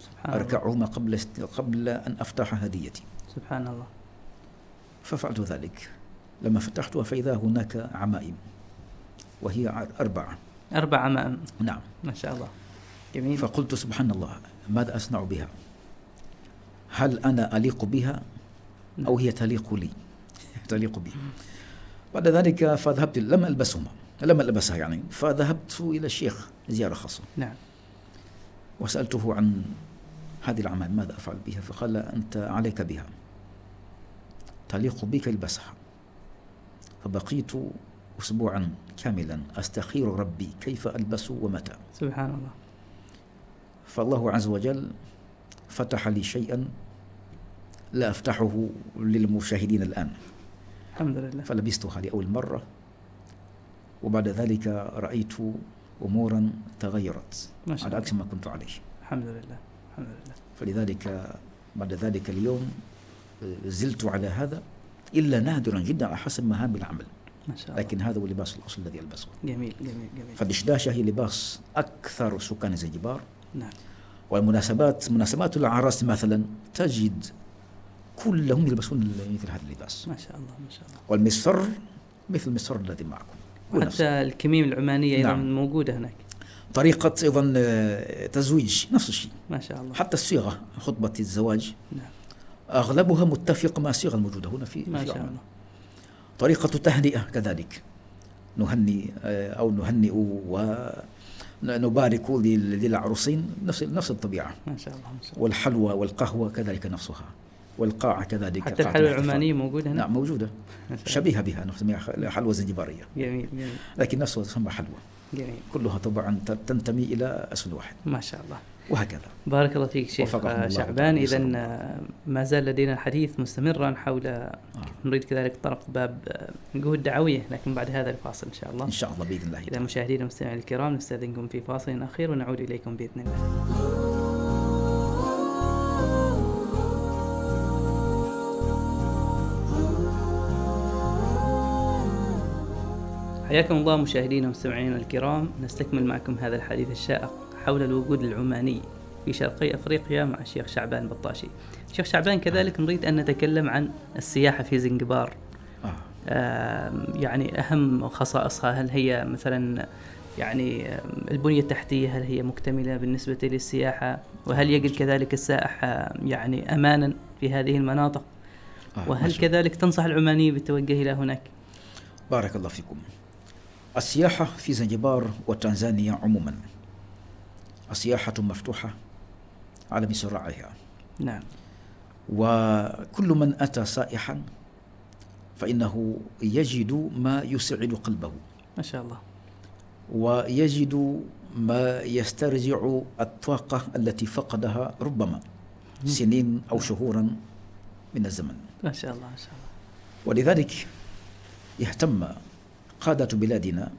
[SPEAKER 1] سبحان الله
[SPEAKER 2] أركعهما قبل است- قبل أن أفتح هديتي
[SPEAKER 1] سبحان الله
[SPEAKER 2] ففعلت ذلك لما فتحتها فإذا هناك عمائم وهي ع- أربعة
[SPEAKER 1] أربع عمائم
[SPEAKER 2] نعم
[SPEAKER 1] ما شاء الله جميل
[SPEAKER 2] فقلت سبحان الله ماذا أصنع بها هل أنا أليق بها أو هي تليق لي تليق بي بعد ذلك فذهبت لم ألبسهما لم ألبسها يعني فذهبت إلى الشيخ زيارة خاصة
[SPEAKER 1] نعم
[SPEAKER 2] وسألته عن هذه العمل ماذا أفعل بها فقال أنت عليك بها تليق بك البسها فبقيت أسبوعا كاملا أستخير ربي كيف ألبس ومتى
[SPEAKER 1] سبحان الله
[SPEAKER 2] فالله عز وجل فتح لي شيئا لا أفتحه للمشاهدين الآن
[SPEAKER 1] الحمد لله
[SPEAKER 2] فلبستها لأول مرة وبعد ذلك رأيت أمورا تغيرت
[SPEAKER 1] ما شاء
[SPEAKER 2] على
[SPEAKER 1] الله
[SPEAKER 2] عكس ما كنت عليه
[SPEAKER 1] الحمد لله الحمد لله
[SPEAKER 2] فلذلك بعد ذلك اليوم آه، زلت على هذا إلا نادرا جدا على حسب مهام العمل
[SPEAKER 1] ما شاء الله
[SPEAKER 2] لكن هذا هو اللباس الأصل الذي ألبسه
[SPEAKER 1] جميل جميل جميل
[SPEAKER 2] فالدشداشة هي لباس أكثر سكان زنجبار
[SPEAKER 1] نعم
[SPEAKER 2] والمناسبات مناسبات العراس مثلا تجد كلهم يلبسون مثل هذا اللباس
[SPEAKER 1] ما شاء الله ما شاء الله
[SPEAKER 2] والمصر مثل مصر الذي معكم هو نفسه.
[SPEAKER 1] حتى الكميم العمانية أيضا
[SPEAKER 2] نعم.
[SPEAKER 1] موجودة هناك
[SPEAKER 2] طريقة أيضا آه، تزويج نفس الشيء
[SPEAKER 1] ما شاء الله
[SPEAKER 2] حتى الصيغة خطبة الزواج
[SPEAKER 1] نعم
[SPEAKER 2] أغلبها متفقة مع الصيغة الموجودة هنا في
[SPEAKER 1] ما
[SPEAKER 2] في
[SPEAKER 1] شاء
[SPEAKER 2] عمان.
[SPEAKER 1] الله
[SPEAKER 2] طريقة تهنئة كذلك نهني آه، أو نهنئ و نبارك لل- للعروسين نفس نفس الطبيعه
[SPEAKER 1] ما شاء الله ما شاء الله
[SPEAKER 2] والحلوى والقهوه كذلك نفسها والقاعه كذلك
[SPEAKER 1] حتى
[SPEAKER 2] قاعة
[SPEAKER 1] الحلوى
[SPEAKER 2] الاحتفال.
[SPEAKER 1] العمانية موجودة هنا
[SPEAKER 2] نعم موجوده شبيهه بها نسميها خ- حلوى زنجباريه
[SPEAKER 1] جميل جميل
[SPEAKER 2] لكن نفسها تسمى حلوى
[SPEAKER 1] جميل
[SPEAKER 2] كلها طبعا ت- تنتمي الى اصل واحد
[SPEAKER 1] ما شاء الله
[SPEAKER 2] وهكذا
[SPEAKER 1] بارك الله فيك شيخ
[SPEAKER 2] وفقكم الله
[SPEAKER 1] شعبان
[SPEAKER 2] وتعالى.
[SPEAKER 1] إذا
[SPEAKER 2] يسلمك.
[SPEAKER 1] ما زال لدينا الحديث مستمرا حول آه،
[SPEAKER 2] آه.
[SPEAKER 1] نريد كذلك طرق باب آه، جهود دعوية لكن بعد هذا الفاصل إن شاء الله
[SPEAKER 2] ان شاء الله باذن الله
[SPEAKER 1] آه. إذا مشاهدينا ومستمعينا الكرام نستأذنكم في فاصل أخير ونعود إليكم بإذن الله حياكم الله مشاهدينا ومستمعينا الكرام نستكمل معكم هذا الحديث الشائق حول الوجود العماني في شرقي أفريقيا مع الشيخ شعبان بطاشي شيخ شعبان كذلك نريد أن نتكلم عن السياحة في زنجبار
[SPEAKER 2] آه.
[SPEAKER 1] آم، يعني أهم خصائصها هل هي مثلا يعني آم، البنية التحتية هل هي مكتملة بالنسبة للسياحة
[SPEAKER 2] نعم،
[SPEAKER 1] وهل يجد كذلك السائح آم، يعني أمانا في هذه المناطق
[SPEAKER 2] آه. ما
[SPEAKER 1] وهل
[SPEAKER 2] شاء الله.
[SPEAKER 1] كذلك تنصح العماني بالتوجه إلى هناك
[SPEAKER 2] بارك الله فيكم السياحة في زنجبار وتنزانيا عموما السياحة مفتوحة على مصراعيها
[SPEAKER 1] نعم
[SPEAKER 2] وكل من أتى سائحا فإنه يجد ما يسعد قلبه
[SPEAKER 1] ما شاء الله
[SPEAKER 2] ويجد ما يسترجع الطاقة التي فقدها ربما سنين أو شهورا من الزمن
[SPEAKER 1] ما شاء الله ما شاء الله
[SPEAKER 2] ولذلك يهتم قادة بلادنا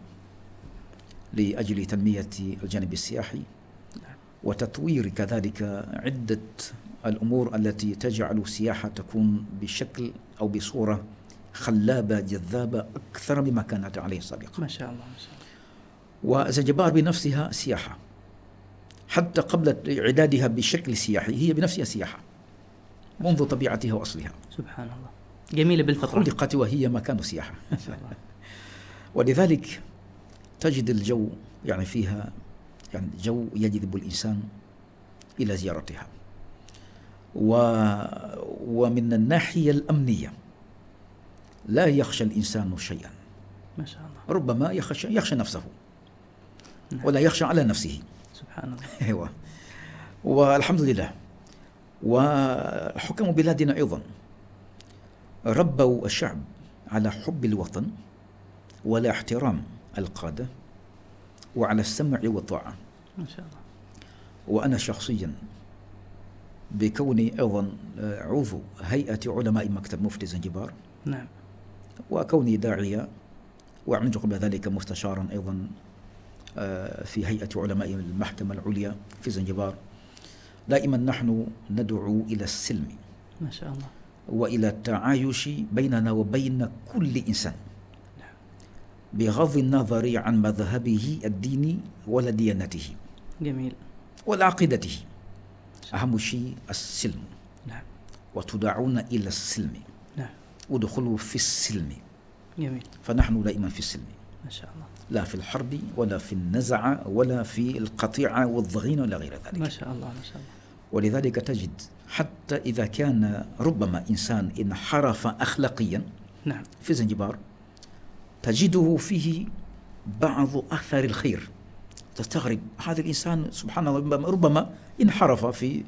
[SPEAKER 2] لأجل تنمية الجانب السياحي وتطوير كذلك عدة الأمور التي تجعل السياحة تكون بشكل أو بصورة خلابة جذابة أكثر مما كانت عليه سابقا
[SPEAKER 1] ما شاء الله ما شاء الله
[SPEAKER 2] وزنجبار بنفسها سياحة حتى قبل إعدادها بشكل سياحي هي بنفسها سياحة منذ طبيعتها وأصلها
[SPEAKER 1] سبحان الله جميلة بالفطرة
[SPEAKER 2] خلقت وهي مكان سياحة
[SPEAKER 1] ما شاء الله
[SPEAKER 2] ولذلك تجد الجو يعني فيها يعني جو يجذب الإنسان إلى زيارتها و ومن الناحية الأمنية لا يخشى الإنسان شيئا
[SPEAKER 1] ما شاء الله
[SPEAKER 2] ربما يخشى, يخشى نفسه
[SPEAKER 1] نعم.
[SPEAKER 2] ولا يخشى على نفسه
[SPEAKER 1] سبحان الله
[SPEAKER 2] ايوه والحمد لله وحكم بلادنا ايضا ربوا الشعب على حب الوطن وعلى احترام القاده وعلى السمع والطاعه
[SPEAKER 1] ما شاء الله
[SPEAKER 2] وانا شخصيا بكوني ايضا عضو هيئه علماء مكتب مفتي زنجبار
[SPEAKER 1] نعم
[SPEAKER 2] وكوني داعية وعملت قبل ذلك مستشارا أيضا آه، في هيئة علماء المحكمة العليا في زنجبار دائما نحن ندعو إلى السلم
[SPEAKER 1] ما شاء الله
[SPEAKER 2] وإلى التعايش بيننا وبين كل إنسان بغض النظر عن مذهبه الديني ولا ديانته
[SPEAKER 1] جميل
[SPEAKER 2] ولا عقيدته أهم شيء السلم
[SPEAKER 1] نعم
[SPEAKER 2] وتدعون إلى السلم
[SPEAKER 1] نعم
[SPEAKER 2] ادخلوا في السلم
[SPEAKER 1] جميل
[SPEAKER 2] فنحن دائما في السلم
[SPEAKER 1] ما شاء الله
[SPEAKER 2] لا في الحرب ولا في النزعة ولا في القطيعة والضغينة ولا غير ذلك
[SPEAKER 1] ما شاء الله ما شاء الله
[SPEAKER 2] ولذلك تجد حتى إذا كان ربما إنسان انحرف أخلاقيا
[SPEAKER 1] نعم
[SPEAKER 2] في زنجبار تجده فيه بعض أثر الخير تستغرب هذا الإنسان سبحان الله ربما- ربما انحرف في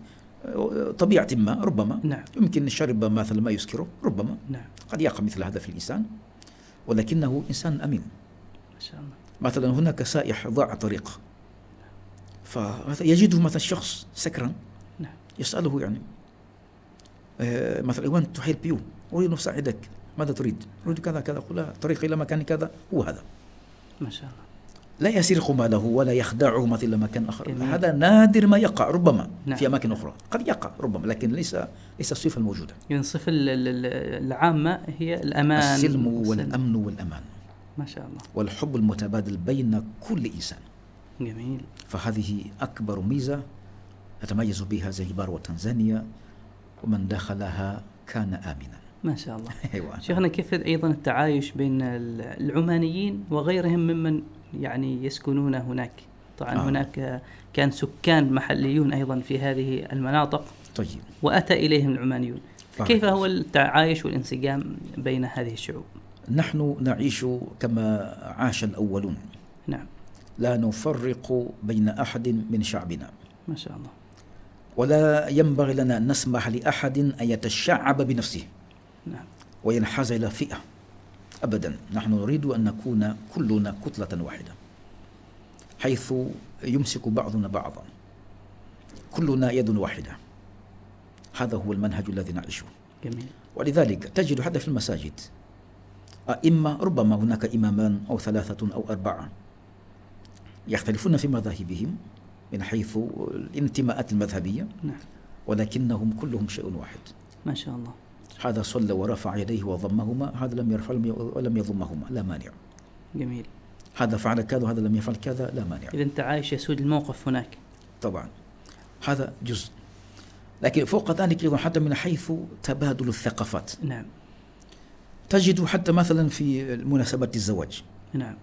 [SPEAKER 2] آه، طبيعة ما ربما
[SPEAKER 1] نعم.
[SPEAKER 2] يمكن شرب مثلا ما يسكره ربما
[SPEAKER 1] نعم
[SPEAKER 2] قد يقع مثل هذا في الإنسان ولكنه إنسان أمين
[SPEAKER 1] ما شاء الله
[SPEAKER 2] مثلا هناك سائح ضاع طريق فيجده مثلا شخص سكران
[SPEAKER 1] نعم
[SPEAKER 2] يسأله يعني آه، مثلا وين تحيل بيو أريد أن أساعدك ماذا تريد؟ أريد كذا كذا قل له طريق إلى مكان كذا هو هذا
[SPEAKER 1] ما شاء الله
[SPEAKER 2] لا يسرق ماله ولا يخدعه مثلا إلى مكان آخر
[SPEAKER 1] جميل.
[SPEAKER 2] هذا نادر ما يقع ربما
[SPEAKER 1] نعم.
[SPEAKER 2] في أماكن أخرى قد يقع ربما لكن ليس ليس الصفة الموجودة
[SPEAKER 1] يعني صفة ال- ال- ال- العامة هي الأمان
[SPEAKER 2] السلم والأمن والأمان
[SPEAKER 1] ما شاء الله
[SPEAKER 2] والحب المتبادل بين كل إنسان
[SPEAKER 1] جميل
[SPEAKER 2] فهذه أكبر ميزة تتميز بها زنجبار وتنزانيا ومن دخلها كان آمنا
[SPEAKER 1] ما شاء الله
[SPEAKER 2] أيوة.
[SPEAKER 1] شيخنا كيف أيضا التعايش بين ال- العمانيين وغيرهم ممن يعني يسكنون هناك طبعا
[SPEAKER 2] آه.
[SPEAKER 1] هناك كان سكان محليون أيضا في هذه المناطق
[SPEAKER 2] طيب
[SPEAKER 1] وأتى إليهم العمانيون
[SPEAKER 2] بارك
[SPEAKER 1] كيف
[SPEAKER 2] الله
[SPEAKER 1] هو التعايش والانسجام بين هذه الشعوب
[SPEAKER 2] نحن نعيش كما عاش الأولون
[SPEAKER 1] نعم
[SPEAKER 2] لا نفرق بين أحد من شعبنا
[SPEAKER 1] ما شاء الله
[SPEAKER 2] ولا ينبغي لنا أن نسمح لأحد أن يتشعب بنفسه
[SPEAKER 1] نعم
[SPEAKER 2] وينحاز إلى فئة أبدا نحن نريد أن نكون كلنا كتلة واحدة حيث يمسك بعضنا بعضا كلنا يد واحدة هذا هو المنهج الذي نعيشه
[SPEAKER 1] جميل
[SPEAKER 2] ولذلك تجد حتى في المساجد أئمة ربما هناك إمامان أو ثلاثة أو أربعة يختلفون في مذاهبهم من حيث الانتماءات المذهبية
[SPEAKER 1] نعم
[SPEAKER 2] ولكنهم كلهم شيء واحد
[SPEAKER 1] ما شاء الله
[SPEAKER 2] هذا صلى ورفع يديه وضمهما هذا لم يرفع لم ي- ولم يضمهما لا مانع
[SPEAKER 1] جميل
[SPEAKER 2] هذا فعل كذا وهذا لم يفعل كذا لا مانع
[SPEAKER 1] إذا أنت عايش يسود الموقف هناك
[SPEAKER 2] طبعا هذا جزء لكن فوق ذلك أيضا حتى من حيث تبادل الثقافات
[SPEAKER 1] نعم
[SPEAKER 2] تجد حتى مثلا في مناسبة الزواج
[SPEAKER 1] نعم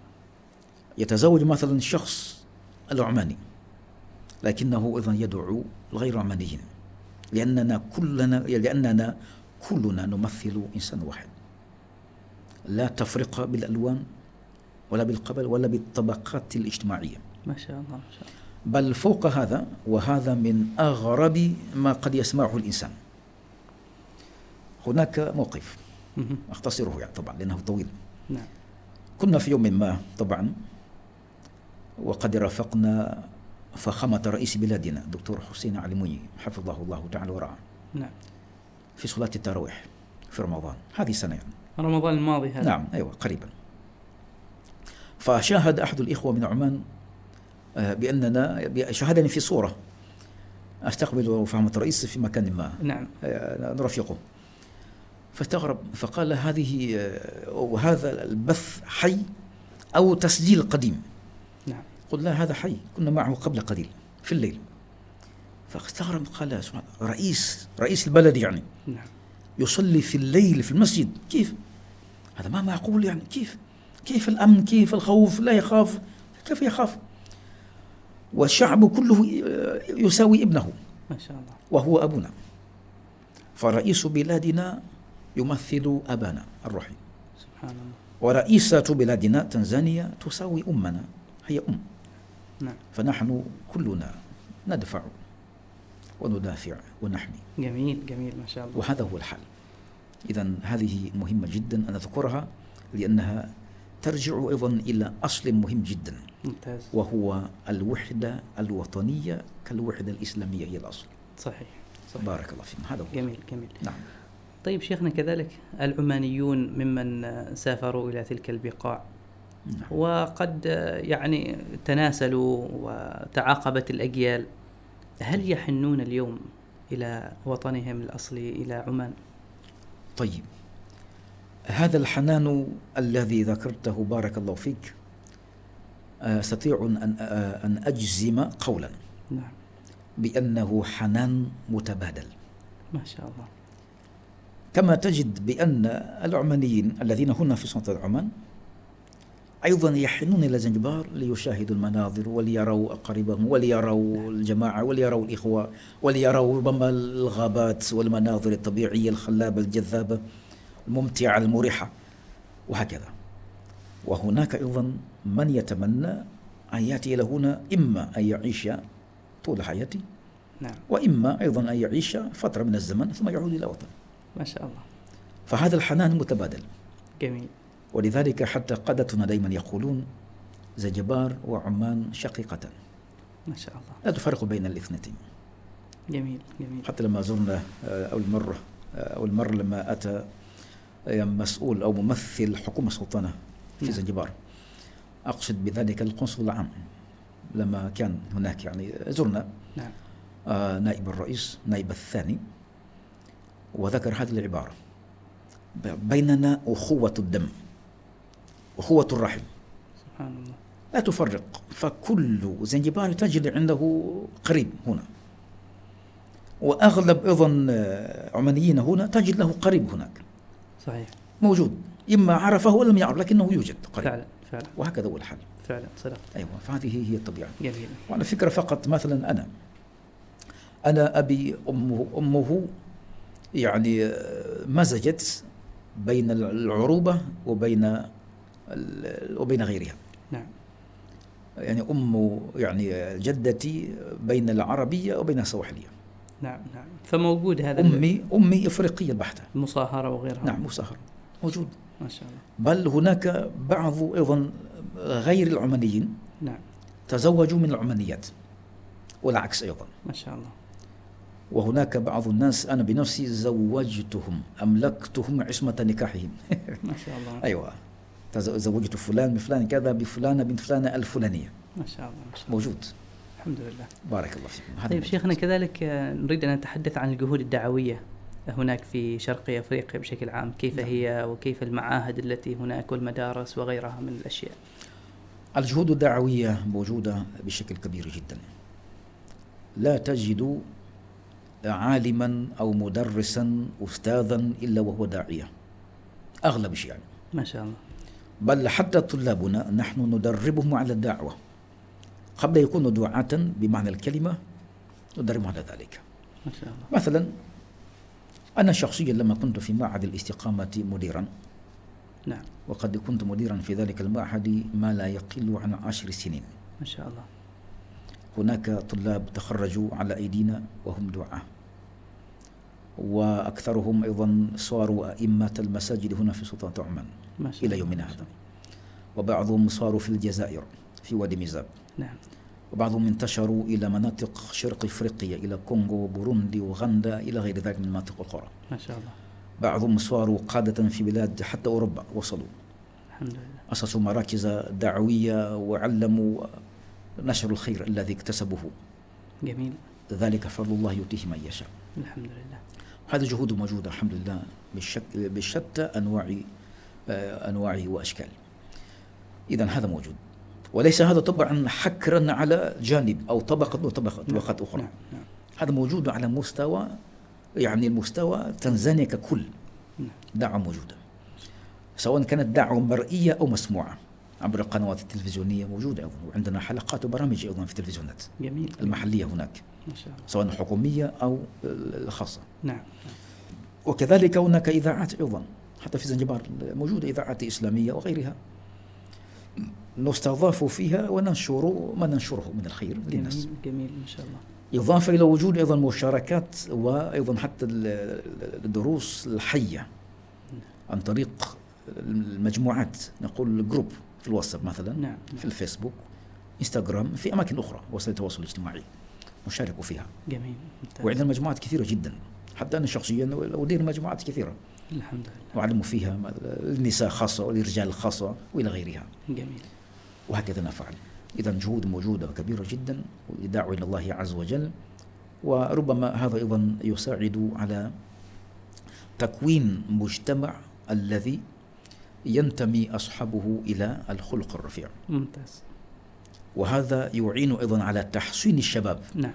[SPEAKER 2] يتزوج مثلا شخص العماني لكنه ايضا يدعو الغير عمانيين لاننا كلنا لاننا كلنا نمثل انسان واحد لا تفرقه بالالوان ولا بالقبل ولا بالطبقات الاجتماعيه
[SPEAKER 1] ما شاء الله ما شاء الله
[SPEAKER 2] بل فوق هذا وهذا من اغرب ما قد يسمعه الانسان هناك موقف
[SPEAKER 1] مهم.
[SPEAKER 2] اختصره يعني طبعا لانه طويل
[SPEAKER 1] نعم
[SPEAKER 2] كنا في يوم ما طبعا وقد رافقنا فخامة رئيس بلادنا دكتور حسين علموني حفظه الله تعالى ورعاه
[SPEAKER 1] نعم
[SPEAKER 2] في صلاة التراويح في رمضان هذه السنة يعني
[SPEAKER 1] رمضان الماضي هذا
[SPEAKER 2] نعم أيوة قريبا فشاهد أحد الإخوة من عمان آه، بأننا شاهدني في صورة أستقبل فخامة الرئيس في مكان ما
[SPEAKER 1] نعم
[SPEAKER 2] آه، نرافقه فاستغرب فقال هذه آه، وهذا البث حي أو تسجيل قديم
[SPEAKER 1] نعم
[SPEAKER 2] قلت لا هذا حي كنا معه قبل قليل في الليل فاستغرب قال سبحان الله، رئيس رئيس البلد يعني
[SPEAKER 1] نعم
[SPEAKER 2] يصلي في الليل في المسجد كيف هذا ما معقول يعني كيف كيف الأمن كيف الخوف لا يخاف كيف يخاف والشعب كله آه، يساوي ابنه
[SPEAKER 1] ما شاء الله
[SPEAKER 2] وهو أبونا فرئيس بلادنا يمثل أبانا الروحي
[SPEAKER 1] سبحان الله
[SPEAKER 2] ورئيسة بلادنا تنزانيا تساوي أمنا هي أم
[SPEAKER 1] نعم
[SPEAKER 2] فنحن كلنا ندفع وندافع ونحمي
[SPEAKER 1] جميل جميل ما شاء الله
[SPEAKER 2] وهذا هو الحل إذا هذه مهمة جدا أن أذكرها لأنها ترجع أيضا إلى أصل مهم جدا
[SPEAKER 1] ممتاز
[SPEAKER 2] وهو الوحدة الوطنية كالوحدة الإسلامية هي الأصل
[SPEAKER 1] صحيح صحيح
[SPEAKER 2] بارك الله فيكم هذا هو
[SPEAKER 1] جميل جميل
[SPEAKER 2] نعم
[SPEAKER 1] طيب شيخنا كذلك العمانيون ممن آه، سافروا إلى تلك البقاع
[SPEAKER 2] نعم.
[SPEAKER 1] وقد آه، يعني تناسلوا وتعاقبت الأجيال هل يحنون اليوم إلى وطنهم الأصلي إلى عمان؟
[SPEAKER 2] طيب هذا الحنان الذي ذكرته بارك الله فيك آه، أستطيع أن آه، أن أجزم قولا
[SPEAKER 1] نعم
[SPEAKER 2] بأنه حنان متبادل
[SPEAKER 1] ما شاء الله
[SPEAKER 2] كما تجد بأن العمانيين الذين هنا في سلطنة عمان أيضا يحنون إلى زنجبار ليشاهدوا المناظر وليروا أقاربهم وليروا الجماعة وليروا الإخوة وليروا ربما الغابات والمناظر الطبيعية الخلابة الجذابة الممتعة المريحة وهكذا وهناك أيضا من يتمنى أن يأتي إلى هنا إما أن يعيش طول حياته
[SPEAKER 1] نعم
[SPEAKER 2] وإما أيضا أن يعيش فترة من الزمن ثم يعود إلى وطنه
[SPEAKER 1] ما شاء الله
[SPEAKER 2] فهذا الحنان متبادل
[SPEAKER 1] جميل
[SPEAKER 2] ولذلك حتى قادتنا دائما يقولون زنجبار وعمان شقيقة
[SPEAKER 1] ما شاء الله
[SPEAKER 2] لا تفرق بين الاثنتين
[SPEAKER 1] جميل جميل
[SPEAKER 2] حتى لما زرنا آه، أول مرة آه، أول مرة لما أتى آه، مسؤول أو ممثل حكومة السلطنة في
[SPEAKER 1] نعم.
[SPEAKER 2] زنجبار أقصد بذلك القنصل العام لما كان هناك يعني زرنا
[SPEAKER 1] نعم
[SPEAKER 2] آه، نائب الرئيس نائب الثاني وذكر هذه العبارة ب- بيننا أخوة الدم أخوة الرحم
[SPEAKER 1] سبحان الله
[SPEAKER 2] لا تفرق فكل زنجباري تجد عنده قريب هنا وأغلب أيضا آه، عمانيين هنا تجد له قريب هناك
[SPEAKER 1] صحيح
[SPEAKER 2] موجود إما عرفه ولم يعرف لكنه يوجد قريب
[SPEAKER 1] فعلا فعلا
[SPEAKER 2] وهكذا هو الحل
[SPEAKER 1] فعلا صدقت
[SPEAKER 2] أيوة فهذه هي الطبيعة
[SPEAKER 1] جميل
[SPEAKER 2] وعلى فكرة فقط مثلا أنا أنا أبي أمه أمه يعني آه، مزجت بين العروبة وبين ال- وبين غيرها
[SPEAKER 1] نعم
[SPEAKER 2] يعني أم يعني جدتي بين العربية وبين السواحلية
[SPEAKER 1] نعم نعم فموجود هذا
[SPEAKER 2] أمي أمي إفريقية بحتة
[SPEAKER 1] المصاهرة وغيرها
[SPEAKER 2] نعم مسهر موجود
[SPEAKER 1] ما شاء الله
[SPEAKER 2] بل هناك بعض أيضا غير العمانيين
[SPEAKER 1] نعم
[SPEAKER 2] تزوجوا من العمانيات والعكس أيضا
[SPEAKER 1] ما شاء الله
[SPEAKER 2] وهناك بعض الناس أنا بنفسي زوجتهم أملكتهم عصمة نكاحهم
[SPEAKER 1] ما شاء الله
[SPEAKER 2] أيوة تز- زوجت فلان بفلان كذا بفلانة بنت فلانة الفلانية
[SPEAKER 1] ما شاء الله ما شاء الله
[SPEAKER 2] موجود
[SPEAKER 1] الحمد لله
[SPEAKER 2] بارك الله فيكم هذا
[SPEAKER 1] طيب
[SPEAKER 2] موجود.
[SPEAKER 1] شيخنا كذلك آه، نريد أن نتحدث عن الجهود الدعوية هناك في شرقي أفريقيا بشكل عام
[SPEAKER 2] نعم.
[SPEAKER 1] كيف هي وكيف المعاهد التي هناك والمدارس وغيرها من الأشياء
[SPEAKER 2] الجهود الدعوية موجودة بشكل كبير جدا لا تجد عالما أو مدرسا أستاذا إلا وهو داعية أغلب شيء يعني
[SPEAKER 1] ما شاء الله
[SPEAKER 2] بل حتى طلابنا نحن ندربهم على الدعوة قبل يكونوا دعاة بمعنى الكلمة ندربهم على ذلك
[SPEAKER 1] ما شاء الله
[SPEAKER 2] مثلا أنا شخصيا لما كنت في معهد الاستقامة مديرا
[SPEAKER 1] نعم
[SPEAKER 2] وقد كنت مديرا في ذلك المعهد ما لا يقل عن عشر سنين
[SPEAKER 1] ما شاء الله
[SPEAKER 2] هناك طلاب تخرجوا على أيدينا وهم دعاة وأكثرهم أيضا صاروا أئمة المساجد هنا في سلطنة عمان
[SPEAKER 1] ما شاء
[SPEAKER 2] إلى
[SPEAKER 1] الله.
[SPEAKER 2] يومنا هذا وبعضهم صاروا في الجزائر في وادي ميزاب
[SPEAKER 1] نعم
[SPEAKER 2] وبعضهم انتشروا إلى مناطق شرق إفريقيا إلى كونغو بوروندي وغندا إلى غير ذلك من المناطق القرى
[SPEAKER 1] ما شاء الله
[SPEAKER 2] بعضهم صاروا قادة في بلاد حتى أوروبا وصلوا
[SPEAKER 1] الحمد لله
[SPEAKER 2] أسسوا مراكز دعوية وعلموا نشروا الخير الذي اكتسبوه
[SPEAKER 1] جميل
[SPEAKER 2] ذلك فضل الله يؤتيه من يشاء
[SPEAKER 1] الحمد لله
[SPEAKER 2] هذه جهود موجودة الحمد لله بالشك... بشتى أنواع آه، أنواعه وأشكال إذا هذا موجود وليس هذا طبعا حكرا على جانب أو طبقة وطبقة طبقات أخرى
[SPEAKER 1] نعم نعم
[SPEAKER 2] هذا موجود على مستوى يعني المستوى تنزانيا ككل
[SPEAKER 1] نعم.
[SPEAKER 2] دعوة موجودة سواء كانت دعوة مرئية أو مسموعة عبر القنوات التلفزيونية موجودة أيضا وعندنا حلقات وبرامج أيضا في التلفزيونات
[SPEAKER 1] جميل
[SPEAKER 2] المحلية هناك
[SPEAKER 1] ما شاء الله
[SPEAKER 2] سواء الحكومية أو الخاصة
[SPEAKER 1] نعم
[SPEAKER 2] وكذلك هناك إذاعات أيضا حتى في زنجبار موجودة إذاعات إسلامية وغيرها نستضاف فيها وننشر ما ننشره من الخير للناس
[SPEAKER 1] جميل جميل ما شاء الله
[SPEAKER 2] إضافة إلى وجود أيضا مشاركات وأيضا حتى ال- ال- الدروس الحية عن طريق المجموعات نقول جروب في الواتساب مثلا
[SPEAKER 1] نعم
[SPEAKER 2] في الفيسبوك انستغرام في أماكن أخرى وسائل التواصل الاجتماعي نشارك فيها
[SPEAKER 1] جميل ممتاز.
[SPEAKER 2] وعندنا مجموعات كثيرة جدا حتى أنا شخصيا أدير مجموعات كثيرة
[SPEAKER 1] الحمد لله
[SPEAKER 2] أعلم فيها م- النساء خاصة والرجال خاصة وإلى غيرها
[SPEAKER 1] جميل
[SPEAKER 2] وهكذا نفعل إذا جهود موجودة كبيرة جدا للدعوة إلى الله عز وجل وربما هذا أيضا يساعد على تكوين مجتمع الذي ينتمي أصحابه إلى الخلق الرفيع
[SPEAKER 1] ممتاز
[SPEAKER 2] وهذا يعين أيضا على تحصين الشباب
[SPEAKER 1] نعم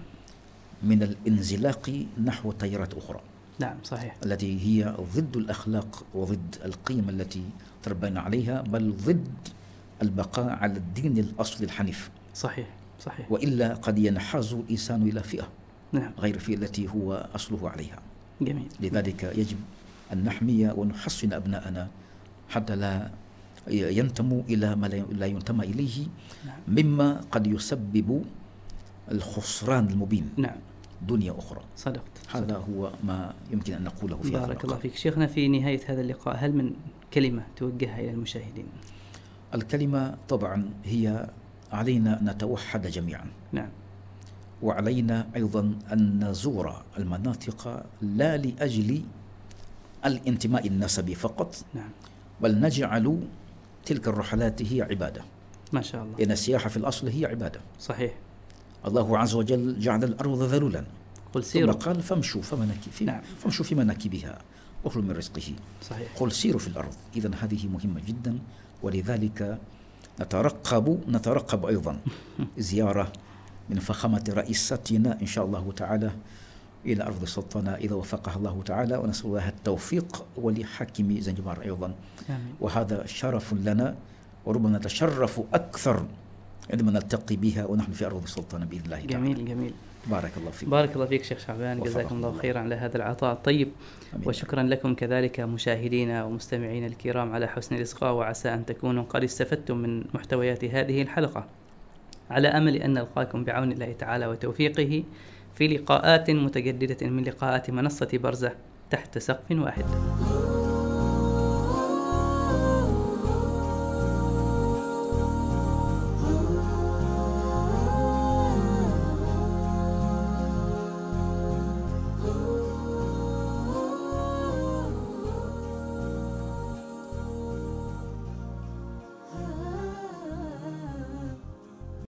[SPEAKER 2] من الانزلاق نحو تيارات أخرى
[SPEAKER 1] نعم صحيح
[SPEAKER 2] التي هي ضد الأخلاق وضد القيم التي تربينا عليها بل ضد البقاء على الدين الأصل الحنيف
[SPEAKER 1] صحيح صحيح
[SPEAKER 2] والا قد ينحاز الانسان الى فئه
[SPEAKER 1] نعم
[SPEAKER 2] غير الفئه التي هو اصله عليها،
[SPEAKER 1] جميل
[SPEAKER 2] لذلك يجب ان نحمي ونحصن ابناءنا حتى لا ي- ينتموا الى ما لا- لا ينتمى اليه
[SPEAKER 1] نعم.
[SPEAKER 2] مما قد يسبب الخسران المبين
[SPEAKER 1] نعم
[SPEAKER 2] دنيا اخرى،
[SPEAKER 1] صدقت صدقت.
[SPEAKER 2] هذا هو ما يمكن ان نقوله في هذا
[SPEAKER 1] بارك الله
[SPEAKER 2] اللقاء.
[SPEAKER 1] فيك شيخنا في نهاية هذا اللقاء هل من كلمة توجهها إلى المشاهدين
[SPEAKER 2] الكلمه طبعا هي علينا ان نتوحد جميعا
[SPEAKER 1] نعم
[SPEAKER 2] وعلينا ايضا ان نزور المناطق لا لاجل الانتماء النسبي فقط
[SPEAKER 1] نعم
[SPEAKER 2] بل نجعل تلك الرحلات هي عباده
[SPEAKER 1] ما شاء الله
[SPEAKER 2] لان السياحه في الاصل هي عباده
[SPEAKER 1] صحيح
[SPEAKER 2] الله عز وجل جعل الارض ذلولا
[SPEAKER 1] قل
[SPEAKER 2] ثم
[SPEAKER 1] سيروا
[SPEAKER 2] قال فامشوا فمناكب في
[SPEAKER 1] نعم.
[SPEAKER 2] فامشوا في مناكبها واكلوا من رزقه
[SPEAKER 1] صحيح
[SPEAKER 2] قل سيروا في الارض اذا هذه مهمه جدا ولذلك نترقب نترقب ايضا زياره من فخامه رئيستنا ان شاء الله تعالى الى ارض السلطنه اذا وفقها الله تعالى ونسال الله التوفيق ولحاكم زنجبار ايضا
[SPEAKER 1] آمين
[SPEAKER 2] وهذا شرف لنا وربما نتشرف اكثر عندما نلتقي بها ونحن في ارض السلطنه باذن الله تعالى
[SPEAKER 1] جميل جميل
[SPEAKER 2] بارك الله فيك
[SPEAKER 1] بارك الله فيك شيخ شعبان
[SPEAKER 2] وفقكم
[SPEAKER 1] جزاكم الله
[SPEAKER 2] الله.
[SPEAKER 1] خيرا على هذا العطاء الطيب
[SPEAKER 2] آمين.
[SPEAKER 1] وشكرا لكم كذلك مشاهدينا ومستمعينا الكرام على حسن الاصغاء وعسى ان تكونوا قد استفدتم من محتويات هذه الحلقه على امل ان نلقاكم بعون الله تعالى وتوفيقه في لقاءات متجدده من لقاءات منصه برزه تحت سقف واحد.